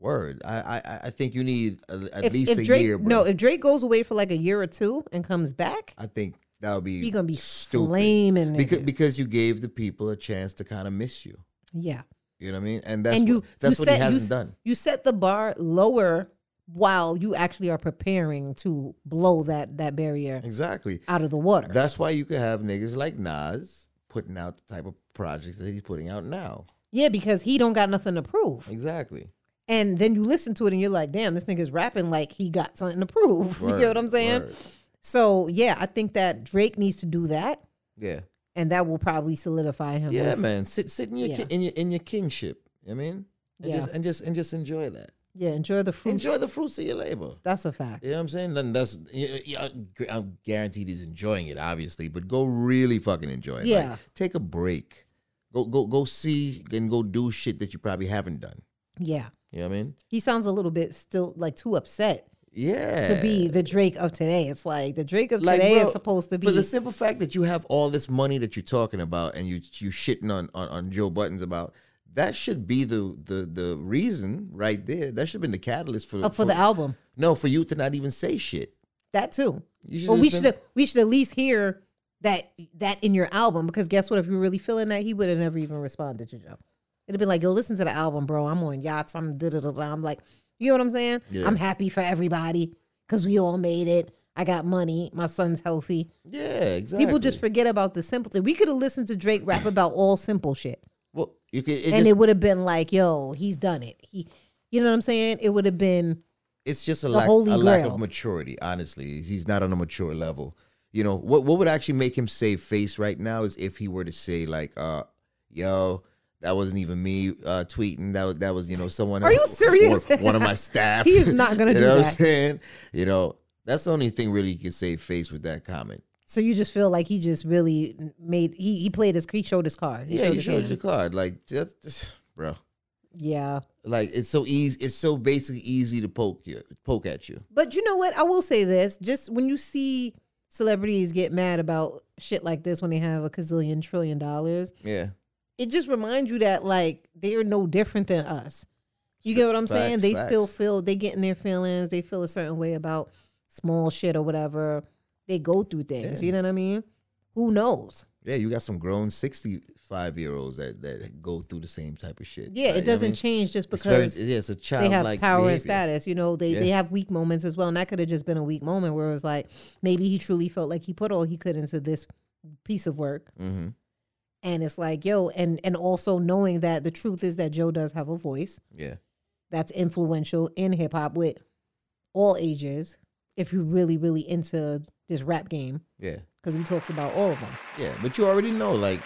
Speaker 1: Word. I I- I, I think you need a, at
Speaker 2: If,
Speaker 1: least
Speaker 2: if
Speaker 1: a
Speaker 2: Drake,
Speaker 1: year. Bro.
Speaker 2: no, if Drake goes away for like a year or two and comes back,
Speaker 1: I think that would be
Speaker 2: he's gonna be
Speaker 1: stupid
Speaker 2: flaming.
Speaker 1: because
Speaker 2: niggas.
Speaker 1: because you gave the people a chance to kind of miss you.
Speaker 2: yeah,
Speaker 1: You know what I mean? And that's
Speaker 2: and you
Speaker 1: what, that's
Speaker 2: you
Speaker 1: what
Speaker 2: set,
Speaker 1: he
Speaker 2: you
Speaker 1: hasn't
Speaker 2: s-
Speaker 1: done.
Speaker 2: You set the bar lower while you actually are preparing to blow that that barrier
Speaker 1: Exactly.
Speaker 2: out of the water.
Speaker 1: That's why you could have niggas like Nas putting out the type of projects that he's putting out now.
Speaker 2: yeah, because he don't got nothing to prove.
Speaker 1: Exactly.
Speaker 2: And then you listen to it and you're like, damn, this nigga's rapping like he got something to prove. you know what I'm
Speaker 1: Word,
Speaker 2: saying?
Speaker 1: word.
Speaker 2: So yeah, I think that Drake needs to do that,
Speaker 1: Yeah.
Speaker 2: and that will probably solidify him.
Speaker 1: Yeah,
Speaker 2: with-
Speaker 1: man. Sit sit in your
Speaker 2: Yeah.
Speaker 1: ki- in your in your kingship. You know what I mean? And
Speaker 2: Yeah.
Speaker 1: just and just and just enjoy that.
Speaker 2: yeah. Enjoy the fruit.
Speaker 1: Enjoy the fruits of your labor.
Speaker 2: That's a fact.
Speaker 1: You know what I'm saying? Then that's yeah, yeah, I'm guaranteed he's enjoying it, obviously, but go really fucking enjoy it.
Speaker 2: Yeah.
Speaker 1: Like, take a break. Go go go see and go do shit that you probably haven't done.
Speaker 2: Yeah,
Speaker 1: You know what I mean?
Speaker 2: he sounds a little bit still like too upset
Speaker 1: Yeah.
Speaker 2: to be the Drake of today. It's like the Drake of
Speaker 1: Like,
Speaker 2: today
Speaker 1: bro,
Speaker 2: is supposed to be.
Speaker 1: for the simple fact that you have all this money that you're talking about and you you shitting on on, on Joe Buttons about. That should be the the the reason right there. That should have been the catalyst for
Speaker 2: uh, for the album.
Speaker 1: No, for you to not even say shit.
Speaker 2: That too.
Speaker 1: You should
Speaker 2: But we
Speaker 1: just
Speaker 2: should
Speaker 1: been-
Speaker 2: we should at least hear that that in your album because guess what? If you were really feeling that, he would have never even responded to Joe. It'd have been like, yo, listen to the album, bro. I'm on yachts. I'm da da da. I'm like, you know what I'm saying?
Speaker 1: Yeah.
Speaker 2: I'm happy for everybody because we all made it. I got money. My son's healthy.
Speaker 1: Yeah, exactly.
Speaker 2: People just forget about the simple thing. We could have listened to Drake rap about all simple shit,
Speaker 1: well, you could, it
Speaker 2: and
Speaker 1: just,
Speaker 2: it would have been like, yo, he's done it. He, you know what I'm saying? It would have been
Speaker 1: it's just a lack
Speaker 2: Holy
Speaker 1: a lack
Speaker 2: Grail.
Speaker 1: of maturity. Honestly, he's not on a mature level. You know what? What would actually make him save face right now is if he were to say like, uh, "Yo, that wasn't even me uh, tweeting. That was that was you know someone.
Speaker 2: Are you
Speaker 1: else,
Speaker 2: serious?
Speaker 1: One, one of my staff.
Speaker 2: He is not gonna
Speaker 1: you
Speaker 2: do
Speaker 1: know What I'm
Speaker 2: that.
Speaker 1: saying? You know, that's the only thing really you can save face with that comment.
Speaker 2: So you just feel like he just really made he he played his he showed his card. He
Speaker 1: Yeah,
Speaker 2: showed
Speaker 1: you
Speaker 2: his
Speaker 1: showed
Speaker 2: hand.
Speaker 1: your card, like, just, just- bro.
Speaker 2: yeah.
Speaker 1: Like it's so easy. It's so basically easy to poke you, poke at you.
Speaker 2: But you know what? I will say this: just when you see celebrities get mad about shit like this when they have a gazillion trillion dollars,
Speaker 1: Yeah.
Speaker 2: it just reminds you that like they're no different than us. You get what I'm saying?
Speaker 1: Facts,
Speaker 2: They still
Speaker 1: facts.
Speaker 2: feel they get in their feelings. They feel a certain way about small shit or whatever. They go through things. You know what I mean? Who knows?
Speaker 1: Yeah, you got some grown sixty-five year olds that, that go through the same type of shit.
Speaker 2: Yeah,
Speaker 1: right? You
Speaker 2: it
Speaker 1: know what I
Speaker 2: doesn't
Speaker 1: mean?
Speaker 2: change just
Speaker 1: It's very-
Speaker 2: because
Speaker 1: yeah, it's a
Speaker 2: they
Speaker 1: child
Speaker 2: have
Speaker 1: like
Speaker 2: power
Speaker 1: behavior.
Speaker 2: and status. You know, they
Speaker 1: Yeah.
Speaker 2: they have weak moments as well. And that could have just been a weak moment where it was like maybe he truly felt like he put all he could into this piece of work.
Speaker 1: Mm-hmm.
Speaker 2: And it's like, yo, and and also knowing that the truth is that Joe does have a voice
Speaker 1: Yeah,
Speaker 2: that's influential in hip hop with all ages. If you're really really into this rap game,
Speaker 1: yeah,
Speaker 2: because he talks about all of them.
Speaker 1: yeah. But you already know, like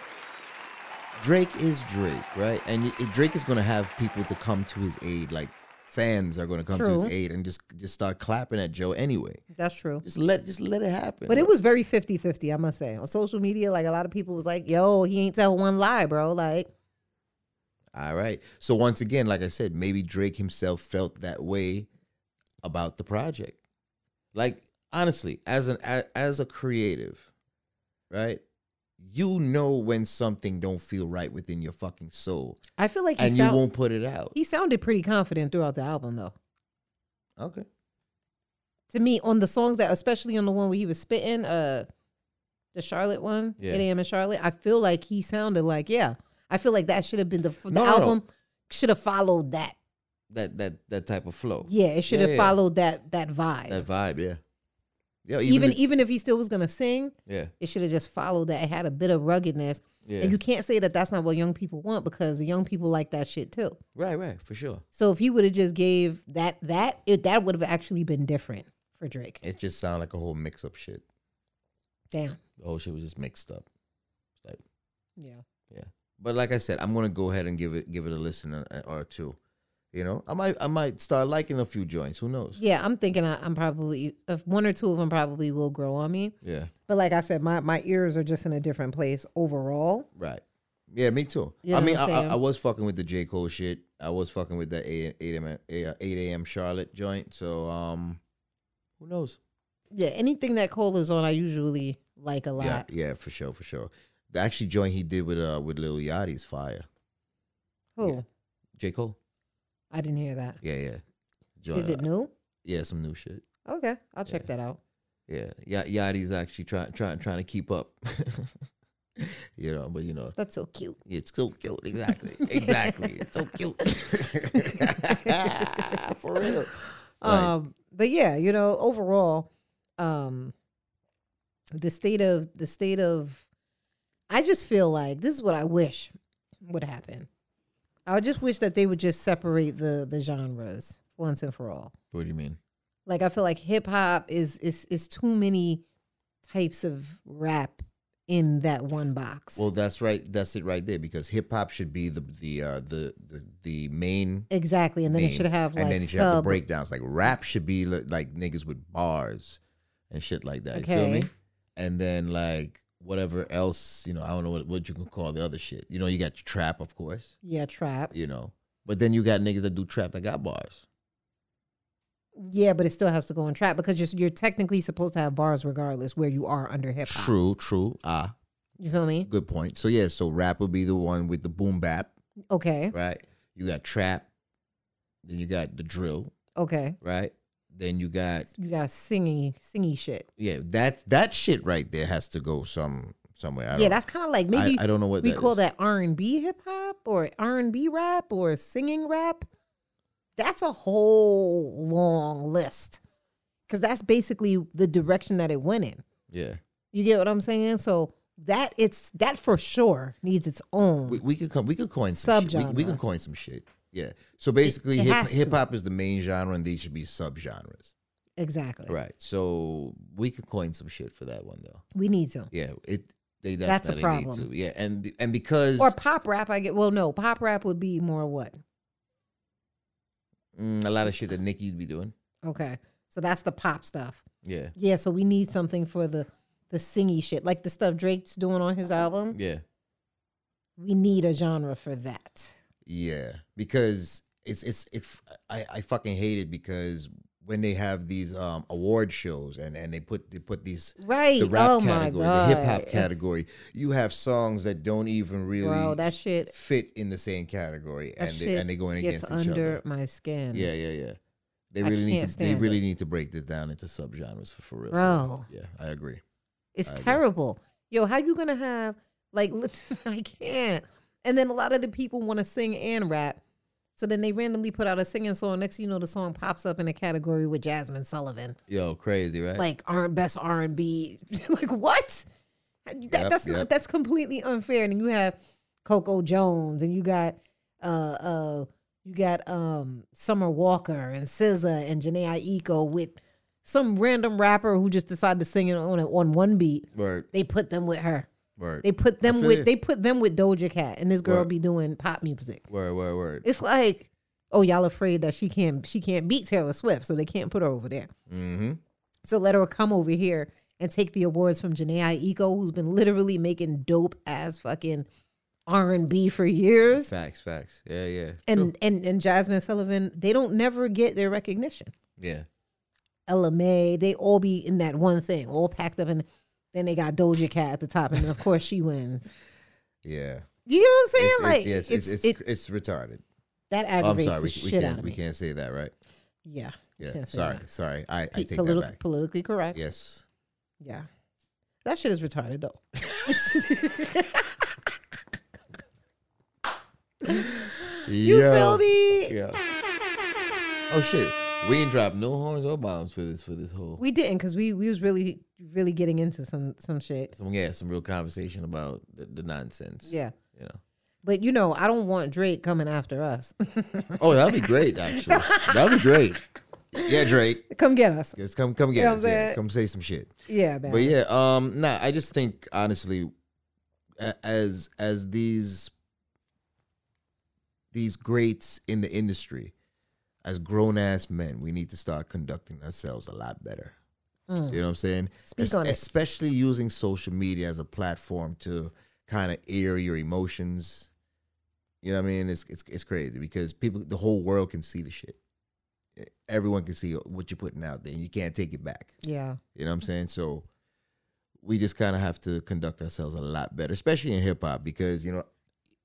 Speaker 1: Drake is Drake, right? And y- Drake is gonna have people to come to his aid. Like fans are gonna come to his
Speaker 2: True.
Speaker 1: aid and just just start clapping at Joe anyway.
Speaker 2: That's true.
Speaker 1: Just let just let it happen.
Speaker 2: But it was very 50-50, I must say. On social media, like a lot of people was like, yo, he ain't tell one lie, bro. Like
Speaker 1: All right. So once again, like I said, maybe Drake himself felt that way about the project. Like honestly, as an a- as a creative, right? You know when something don't feel right within your fucking soul,
Speaker 2: I feel like he,
Speaker 1: and you
Speaker 2: sound-
Speaker 1: won't put it out.
Speaker 2: he sounded pretty confident throughout the album, though.
Speaker 1: Okay.
Speaker 2: To me, on the songs that, especially on the one where he was spitting, uh, the Charlotte one,
Speaker 1: Yeah.
Speaker 2: 8 a.m. in Charlotte, I feel like he sounded like, yeah, I feel like that should have been the, the
Speaker 1: No, no, no.
Speaker 2: album should have followed that.
Speaker 1: That that that type of flow.
Speaker 2: Yeah, it should
Speaker 1: Yeah,
Speaker 2: have
Speaker 1: yeah.
Speaker 2: followed that that vibe.
Speaker 1: That vibe. Yeah. Yeah. Even.
Speaker 2: even e-
Speaker 1: if-
Speaker 2: even if he still was gonna sing,
Speaker 1: yeah.
Speaker 2: it should have just followed that. It had a bit of ruggedness,
Speaker 1: Yeah.
Speaker 2: and you can't say that that's not what young people want because the young people like that shit too.
Speaker 1: right. Right. For sure.
Speaker 2: So if he would have just gave that that it, that would have actually been different for Drake.
Speaker 1: It just sounded like a whole mix up shit.
Speaker 2: Damn.
Speaker 1: The whole shit was just mixed up. It's like,
Speaker 2: Yeah.
Speaker 1: yeah. But like I said, I'm gonna go ahead and give it give it a listen or- or two. You know, I might I might start liking a few joints. Who knows?
Speaker 2: Yeah, I'm thinking I, I'm probably if one or two of them probably will grow on me.
Speaker 1: Yeah.
Speaker 2: But like I said, my my ears are just in a different place overall.
Speaker 1: Right. Yeah, me too.
Speaker 2: You
Speaker 1: I
Speaker 2: know
Speaker 1: mean,
Speaker 2: what I'm
Speaker 1: I, I,
Speaker 2: saying?
Speaker 1: I was fucking with the J Cole shit. I was fucking with that eight a.m. eight a.m. Charlotte joint. So, um, who knows?
Speaker 2: Yeah, anything that Cole is on, I usually like a lot.
Speaker 1: Yeah, yeah, for sure, for sure. The actually joint he did with uh with Lil Yachty's fire.
Speaker 2: Who?
Speaker 1: Yeah. J Cole.
Speaker 2: Oh, I didn't hear that.
Speaker 1: Yeah, yeah.
Speaker 2: Is
Speaker 1: Joint,
Speaker 2: it
Speaker 1: uh,
Speaker 2: new?
Speaker 1: yeah, some new shit.
Speaker 2: Okay, I'll check that out.
Speaker 1: Yeah, y- Yachty's actually trying trying trying to keep up. you know, but you know,
Speaker 2: That's so cute.
Speaker 1: It's so cute. Exactly. Exactly. it's so cute. For real. Like,
Speaker 2: Um, but yeah, you know, overall, um, the state of the state of, I just feel like this is what I wish would happen. I just wish that they would just separate the the genres once and for all.
Speaker 1: what do you mean?
Speaker 2: Like I feel like hip hop is is is too many types of rap in that one box.
Speaker 1: Well, that's right. That's it right there because hip hop should be the the uh, the, the the main.
Speaker 2: exactly, and then it
Speaker 1: thing,
Speaker 2: should have like
Speaker 1: and then you should have the
Speaker 2: sub.
Speaker 1: breakdowns. Like rap should be li- like niggas with bars and shit like that. You feel me?
Speaker 2: Okay.
Speaker 1: And then like whatever else, you know, I don't know what, what you can call the other shit. You know, you got your trap, of course.
Speaker 2: yeah, trap.
Speaker 1: You know, but then you got niggas that do trap that got bars.
Speaker 2: Yeah, but it still has to go in trap because you're, you're technically supposed to have bars regardless where you are under hip hop.
Speaker 1: True, true. Ah,
Speaker 2: You feel me?
Speaker 1: Good point. So yeah, so rap would be the one with the boom bap,
Speaker 2: Okay.
Speaker 1: right? You got trap, then you got the drill,
Speaker 2: Okay.
Speaker 1: right? Then you got
Speaker 2: You got singy, singy shit.
Speaker 1: yeah, that that shit right there has to go some somewhere. I don't,
Speaker 2: Yeah, that's kind of like
Speaker 1: I,
Speaker 2: maybe
Speaker 1: I don't know what
Speaker 2: we call
Speaker 1: is.
Speaker 2: that R and B hip hop or R and B rap or singing rap. That's a whole long list because that's basically the direction that it went in.
Speaker 1: Yeah,
Speaker 2: You get what I'm saying? So that it's that for sure needs its own.
Speaker 1: we, we could come. We could coin some shit. We, we
Speaker 2: Subgenre.
Speaker 1: could coin some shit. Yeah. So basically,
Speaker 2: it
Speaker 1: hip
Speaker 2: has to.
Speaker 1: hip hop is the main genre, and these should be subgenres.
Speaker 2: exactly.
Speaker 1: Right. So we could coin some shit for that one though.
Speaker 2: We need to.
Speaker 1: Yeah. It. They
Speaker 2: That's a
Speaker 1: definitely
Speaker 2: problem.
Speaker 1: Need to. Yeah. And and because
Speaker 2: Or pop rap, I get. Well, no, pop rap would be more what?
Speaker 1: mm, a lot of shit that Nicki'd be doing.
Speaker 2: Okay, so that's the pop stuff.
Speaker 1: Yeah.
Speaker 2: Yeah, so we need something for the the singy shit, like the stuff Drake's doing on his album.
Speaker 1: Yeah.
Speaker 2: We need a genre for that.
Speaker 1: Yeah, because it's it's it. I I fucking hate it because when they have these um award shows and and they put they put these
Speaker 2: Right.
Speaker 1: the rap
Speaker 2: oh
Speaker 1: category,
Speaker 2: my god.
Speaker 1: the hip hop category, you have songs that don't even really
Speaker 2: Bro, that shit
Speaker 1: fit in the same category,
Speaker 2: that
Speaker 1: and they,
Speaker 2: shit
Speaker 1: and they're going
Speaker 2: gets
Speaker 1: against each
Speaker 2: under
Speaker 1: other.
Speaker 2: my skin.
Speaker 1: Yeah, yeah, yeah. They
Speaker 2: I
Speaker 1: really need
Speaker 2: can't
Speaker 1: to, they
Speaker 2: stand
Speaker 1: really
Speaker 2: it.
Speaker 1: need to break this down into subgenres for for real. for
Speaker 2: Bro.
Speaker 1: real. yeah, I agree.
Speaker 2: It's
Speaker 1: I agree.
Speaker 2: terrible. Yo, how you gonna have like lit- I can't. And then a lot of the people want to sing and rap. So then they randomly put out a singing song. Next thing you know, the song pops up in a category with Jasmine Sullivan.
Speaker 1: Yo, crazy, right?
Speaker 2: like R best R and B. Like what? That,
Speaker 1: Yep,
Speaker 2: that's
Speaker 1: yep.
Speaker 2: not that's completely unfair. And you have Coco Jones, and you got uh uh you got um Summer Walker and SZA and Janae Aiko with some random rapper who just decided to sing it on a, on one beat.
Speaker 1: word,
Speaker 2: They put them with her.
Speaker 1: word,
Speaker 2: They put them
Speaker 1: feel
Speaker 2: with
Speaker 1: you.
Speaker 2: they put them with Doja Cat, and this girl
Speaker 1: Word.
Speaker 2: be doing pop music.
Speaker 1: word, word, word.
Speaker 2: It's like. Oh, y'all afraid that she can't she can't beat Taylor Swift, so they can't put her over there.
Speaker 1: Mm-hmm.
Speaker 2: So let her come over here and take the awards from Janae Aiko, who's been literally making dope ass fucking R and B for years,
Speaker 1: Facts, facts. Yeah, yeah.
Speaker 2: and
Speaker 1: True.
Speaker 2: and and Jasmine Sullivan, they don't never get their recognition.
Speaker 1: yeah,
Speaker 2: Ella May, they all be in that one thing, all packed up, and then they got Doja Cat at the top, and then of course she wins.
Speaker 1: yeah.
Speaker 2: You know what I'm saying?
Speaker 1: It's,
Speaker 2: like
Speaker 1: it's, yeah, it's, it's, it's,
Speaker 2: it,
Speaker 1: it's retarded.
Speaker 2: that
Speaker 1: Oh, I'm
Speaker 2: aggravates
Speaker 1: sorry,
Speaker 2: the
Speaker 1: we, we
Speaker 2: shit out
Speaker 1: can't
Speaker 2: of
Speaker 1: we
Speaker 2: me.
Speaker 1: can't say that, right?
Speaker 2: Yeah,
Speaker 1: Yeah.
Speaker 2: Can't say
Speaker 1: sorry,
Speaker 2: that.
Speaker 1: sorry. I, I take
Speaker 2: Politi-
Speaker 1: that back.
Speaker 2: politically correct.
Speaker 1: Yes.
Speaker 2: Yeah. That shit is retarded though. You feel me?
Speaker 1: Yeah. Oh shit. We ain't dropped no horns or bombs for this for this whole.
Speaker 2: We didn't because we we was really really getting into some some shit.
Speaker 1: Some, yeah, some real conversation about the, the nonsense.
Speaker 2: Yeah.
Speaker 1: You know.
Speaker 2: But you know, I don't want Drake coming after us.
Speaker 1: Oh, that'd be great. Actually, that'd be great. Yeah, Drake.
Speaker 2: Come get us.
Speaker 1: Just come, come get
Speaker 2: know
Speaker 1: us.
Speaker 2: what I'm
Speaker 1: Yeah,
Speaker 2: saying?
Speaker 1: come say some shit.
Speaker 2: Yeah, man.
Speaker 1: But yeah, um, nah, I just think honestly, a- as as these these greats in the industry, as grown ass men, we need to start conducting ourselves a lot better. You know what I'm saying?
Speaker 2: Mm. Speak on it.
Speaker 1: Especially using social media as a platform to kind of air your emotions. You know what I mean? It's it's it's crazy because people, the whole world can see the shit. Everyone can see what you're putting out there, and you can't take it back.
Speaker 2: Yeah.
Speaker 1: You know what I'm saying? So we just kind of have to conduct ourselves a lot better, especially in hip hop, because you know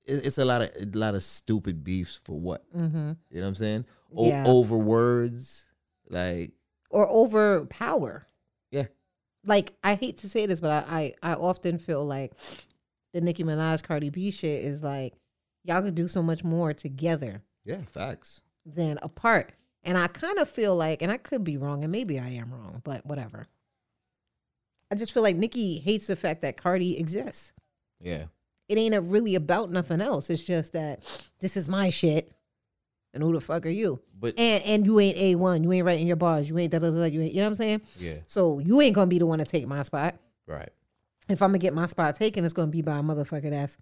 Speaker 1: it, it's a lot of a lot of stupid beefs for what?
Speaker 2: Mm-hmm.
Speaker 1: You know what I'm saying? O-
Speaker 2: Yeah.
Speaker 1: Over words, like
Speaker 2: Or over power.
Speaker 1: Yeah.
Speaker 2: Like I hate to say this, but I, I I often feel like the Nicki Minaj Cardi B shit is like y'all could do so much more together.
Speaker 1: yeah, facts.
Speaker 2: than apart. And I kind of feel like, and I could be wrong, and maybe I am wrong, but whatever. I just feel like Nikki hates the fact that Cardi exists.
Speaker 1: Yeah,
Speaker 2: It ain't a really about nothing else. It's just that this is my shit, and who the fuck are you?
Speaker 1: but
Speaker 2: And and you ain't a one. You ain't writing your bars. You ain't da da da. You ain't. You know what I'm saying?
Speaker 1: yeah,
Speaker 2: So you ain't gonna be the one to take my spot.
Speaker 1: right.
Speaker 2: If I'm gonna get my spot taken, it's gonna be by a motherfucker that's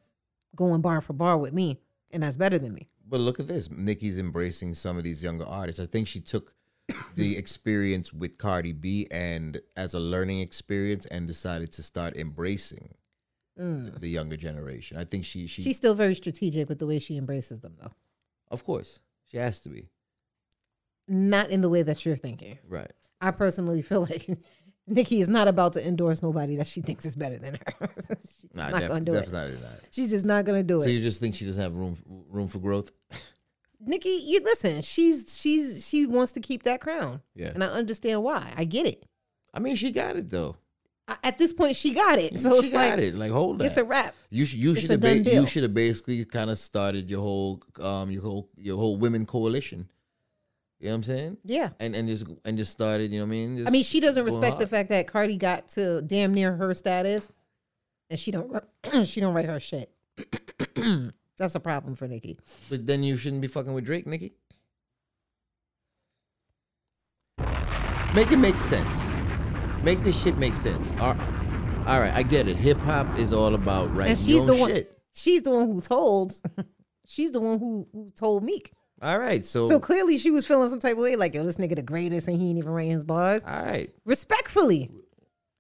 Speaker 2: going bar for bar with me, and that's better than me.
Speaker 1: But look at this. Nicki's embracing some of these younger artists. I think she took the experience with Cardi B and as a learning experience and decided to start embracing the,
Speaker 2: Mm.
Speaker 1: the younger generation. I think she she
Speaker 2: She's still very strategic with the way she embraces them, though.
Speaker 1: Of course. She has to be.
Speaker 2: not in the way that you're thinking.
Speaker 1: Right.
Speaker 2: I personally feel like Nikki is not about to endorse nobody that she thinks is better than her. She's
Speaker 1: Nah,
Speaker 2: not
Speaker 1: def-
Speaker 2: gonna do it.
Speaker 1: definitely not.
Speaker 2: She's just not gonna do
Speaker 1: So
Speaker 2: it.
Speaker 1: you just think she doesn't have room room for growth?
Speaker 2: Nikki, you listen. She's she's she wants to keep that crown,
Speaker 1: Yeah.
Speaker 2: and I understand why. I get it.
Speaker 1: I mean, she got it though.
Speaker 2: I, at this point, she got it. So
Speaker 1: she
Speaker 2: it's
Speaker 1: got
Speaker 2: like
Speaker 1: it. Like hold that.
Speaker 2: it's a wrap.
Speaker 1: you should you
Speaker 2: it's
Speaker 1: should
Speaker 2: a
Speaker 1: have ba-
Speaker 2: done deal.
Speaker 1: you should have basically kind of started your whole um your whole your whole women coalition. You know what I'm saying?
Speaker 2: Yeah.
Speaker 1: And and just and just started. You know what I mean?
Speaker 2: I
Speaker 1: Just
Speaker 2: mean, she doesn't
Speaker 1: going
Speaker 2: respect the
Speaker 1: hard.
Speaker 2: fact that Cardi got to damn near her status, and she don't write- she don't write her shit. That's a problem for Nikki.
Speaker 1: But then you shouldn't be fucking with Drake, Nikki. Make it make sense. Make this shit make sense. All right, all right I get it. Hip hop is all about writing
Speaker 2: and she's
Speaker 1: your
Speaker 2: the
Speaker 1: own
Speaker 2: one.
Speaker 1: shit.
Speaker 2: She's the one who told. she's the one who who told Meek.
Speaker 1: All right, so,
Speaker 2: So clearly, she was feeling some type of way, like yo, this nigga the greatest, and he ain't even ran his bars.
Speaker 1: all right,
Speaker 2: Respectfully,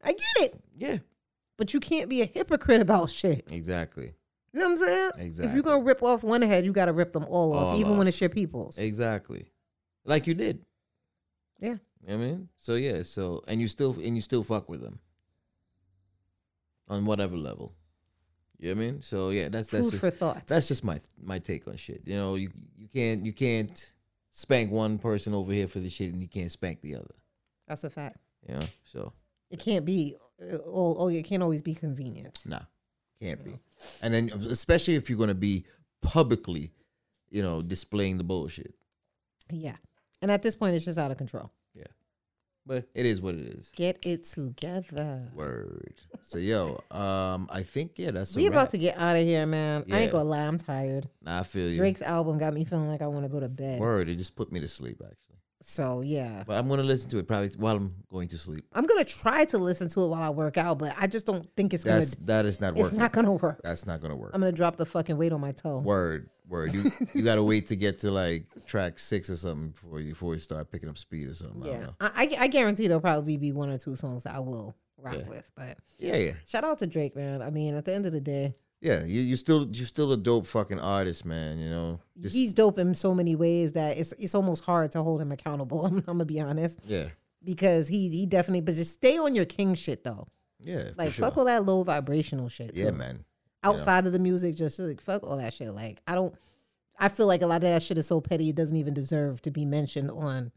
Speaker 2: I get it,
Speaker 1: yeah,
Speaker 2: but you can't be a hypocrite about shit.
Speaker 1: exactly,
Speaker 2: You know what I'm saying? If
Speaker 1: Exactly.
Speaker 2: you're gonna rip off one head, you gotta rip them all off,
Speaker 1: All
Speaker 2: even when
Speaker 1: off.
Speaker 2: it's your people's.
Speaker 1: exactly, like you did.
Speaker 2: Yeah.
Speaker 1: You know what I mean, so yeah, so and you still and you still fuck with them on whatever level. You know what I mean? So yeah, that's that's
Speaker 2: Food
Speaker 1: just,
Speaker 2: for thought.
Speaker 1: that's just my my take on shit. You know, you you can't you can't spank one person over here for the shit, and you can't spank the other.
Speaker 2: That's a fact.
Speaker 1: You know, so
Speaker 2: It can't be. uh, Oh, oh, it can't always be convenient.
Speaker 1: nah, can't be. And then especially if you're gonna be publicly, you know, displaying the bullshit.
Speaker 2: Yeah, and at this point, it's just out of control.
Speaker 1: Yeah, but it is what it is.
Speaker 2: Get it together.
Speaker 1: Word. So yo, um, I think yeah, that's
Speaker 2: We
Speaker 1: a
Speaker 2: about
Speaker 1: wrap.
Speaker 2: to get out of here, man. I
Speaker 1: Yeah.
Speaker 2: ain't gonna lie, I'm tired.
Speaker 1: Nah, I feel you.
Speaker 2: Drake's album got me feeling like I want to go to bed.
Speaker 1: Word. It just put me to sleep actually,
Speaker 2: So yeah,
Speaker 1: but I'm gonna listen to it probably while I'm going to sleep.
Speaker 2: I'm gonna try to listen to it while I work out, but I just don't think it's
Speaker 1: That's
Speaker 2: gonna.
Speaker 1: that is not
Speaker 2: It's
Speaker 1: working.
Speaker 2: not gonna work.
Speaker 1: that's not gonna work.
Speaker 2: I'm gonna drop the fucking weight on my toe.
Speaker 1: Word, word. You you gotta wait to get to like track six or something before you before you start picking up speed or something. I don't
Speaker 2: Yeah,
Speaker 1: know.
Speaker 2: I, I, I guarantee there'll probably be one or two songs that I will rock
Speaker 1: Yeah.
Speaker 2: with. But
Speaker 1: Yeah, yeah.
Speaker 2: shout out to Drake, man. I mean, at the end of the day,
Speaker 1: Yeah, you you still you still a dope fucking artist, man. You know, Just-
Speaker 2: He's dope in so many ways that it's it's almost hard to hold him accountable. I'm, gonna be honest
Speaker 1: yeah,
Speaker 2: because he he definitely. But just stay on your king shit though.
Speaker 1: yeah, for
Speaker 2: Like
Speaker 1: sure.
Speaker 2: fuck all that low vibrational shit.
Speaker 1: yeah,
Speaker 2: too.
Speaker 1: man.
Speaker 2: Outside of the music, just like fuck all that shit. Like I don't. I feel like a lot of that shit is so petty. It doesn't even deserve to be mentioned on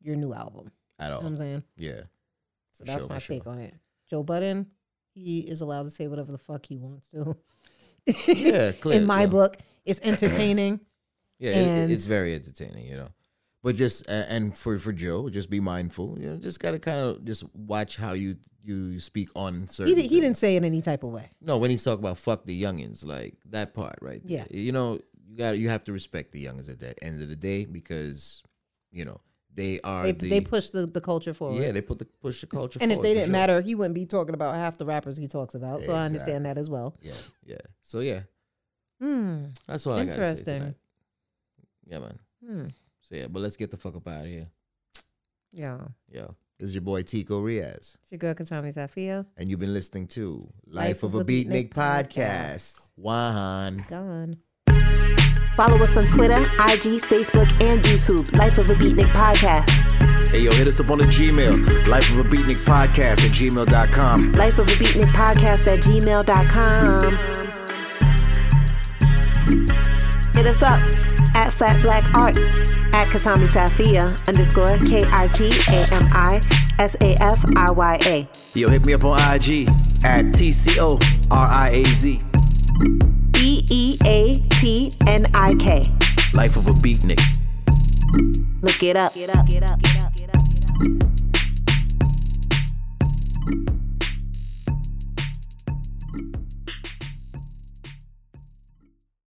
Speaker 2: your new album.
Speaker 1: At
Speaker 2: You know what
Speaker 1: all,
Speaker 2: I'm saying.
Speaker 1: yeah.
Speaker 2: So
Speaker 1: For
Speaker 2: that's
Speaker 1: sure,
Speaker 2: my
Speaker 1: for sure.
Speaker 2: take on it. Joe Budden, he is allowed to say whatever the fuck he wants to.
Speaker 1: Yeah, clear,
Speaker 2: In my
Speaker 1: yeah.
Speaker 2: book, it's entertaining.
Speaker 1: Yeah, it-
Speaker 2: And-
Speaker 1: it, it's very entertaining, you know. But just a- and for for Joe, just be mindful. You know, just gotta kind of just watch how you you speak on certain.
Speaker 2: he, di- he
Speaker 1: things.
Speaker 2: didn't say it any type of way.
Speaker 1: No, when he's talking about fuck the youngins, like that part, right?
Speaker 2: Yeah.
Speaker 1: there. You know, you got to you have to respect the youngins at that end of the day because you know they are
Speaker 2: They,
Speaker 1: the
Speaker 2: they pushed the, the culture forward.
Speaker 1: yeah they put the push the culture
Speaker 2: and if
Speaker 1: forward,
Speaker 2: they
Speaker 1: for
Speaker 2: didn't
Speaker 1: sure.
Speaker 2: matter, he wouldn't be talking about half the rappers he talks about. So I understand that as well.
Speaker 1: yeah yeah so yeah
Speaker 2: Hmm.
Speaker 1: that's all I got to say
Speaker 2: Interesting.
Speaker 1: tonight. yeah man
Speaker 2: Hmm.
Speaker 1: so yeah but let's get the fuck up out of here
Speaker 2: Yeah.
Speaker 1: yo this is your boy Tico Riaz
Speaker 2: It's your girl, Katami Zafia.
Speaker 1: and you've been listening to Life, of, a Beatnik, podcast. Juan.
Speaker 2: Gone.
Speaker 3: Follow us on Twitter, IG, Facebook, and YouTube. Life of a Beatnik Podcast.
Speaker 4: Hey, yo, hit us up on the Gmail, Life of a Beatnik Podcast at gmail.com.
Speaker 3: Life of a Beatnik Podcast at gmail.com. Hit us up at Flat Black Art, at Katami Safia underscore K I T A M I S A F I Y A.
Speaker 4: Yo, hit me up on IG at T-C-O-R-I-A-Z,
Speaker 3: B E A T N I K.
Speaker 4: Life of a Beatnik.
Speaker 3: Look it up. Get up, get up, get up.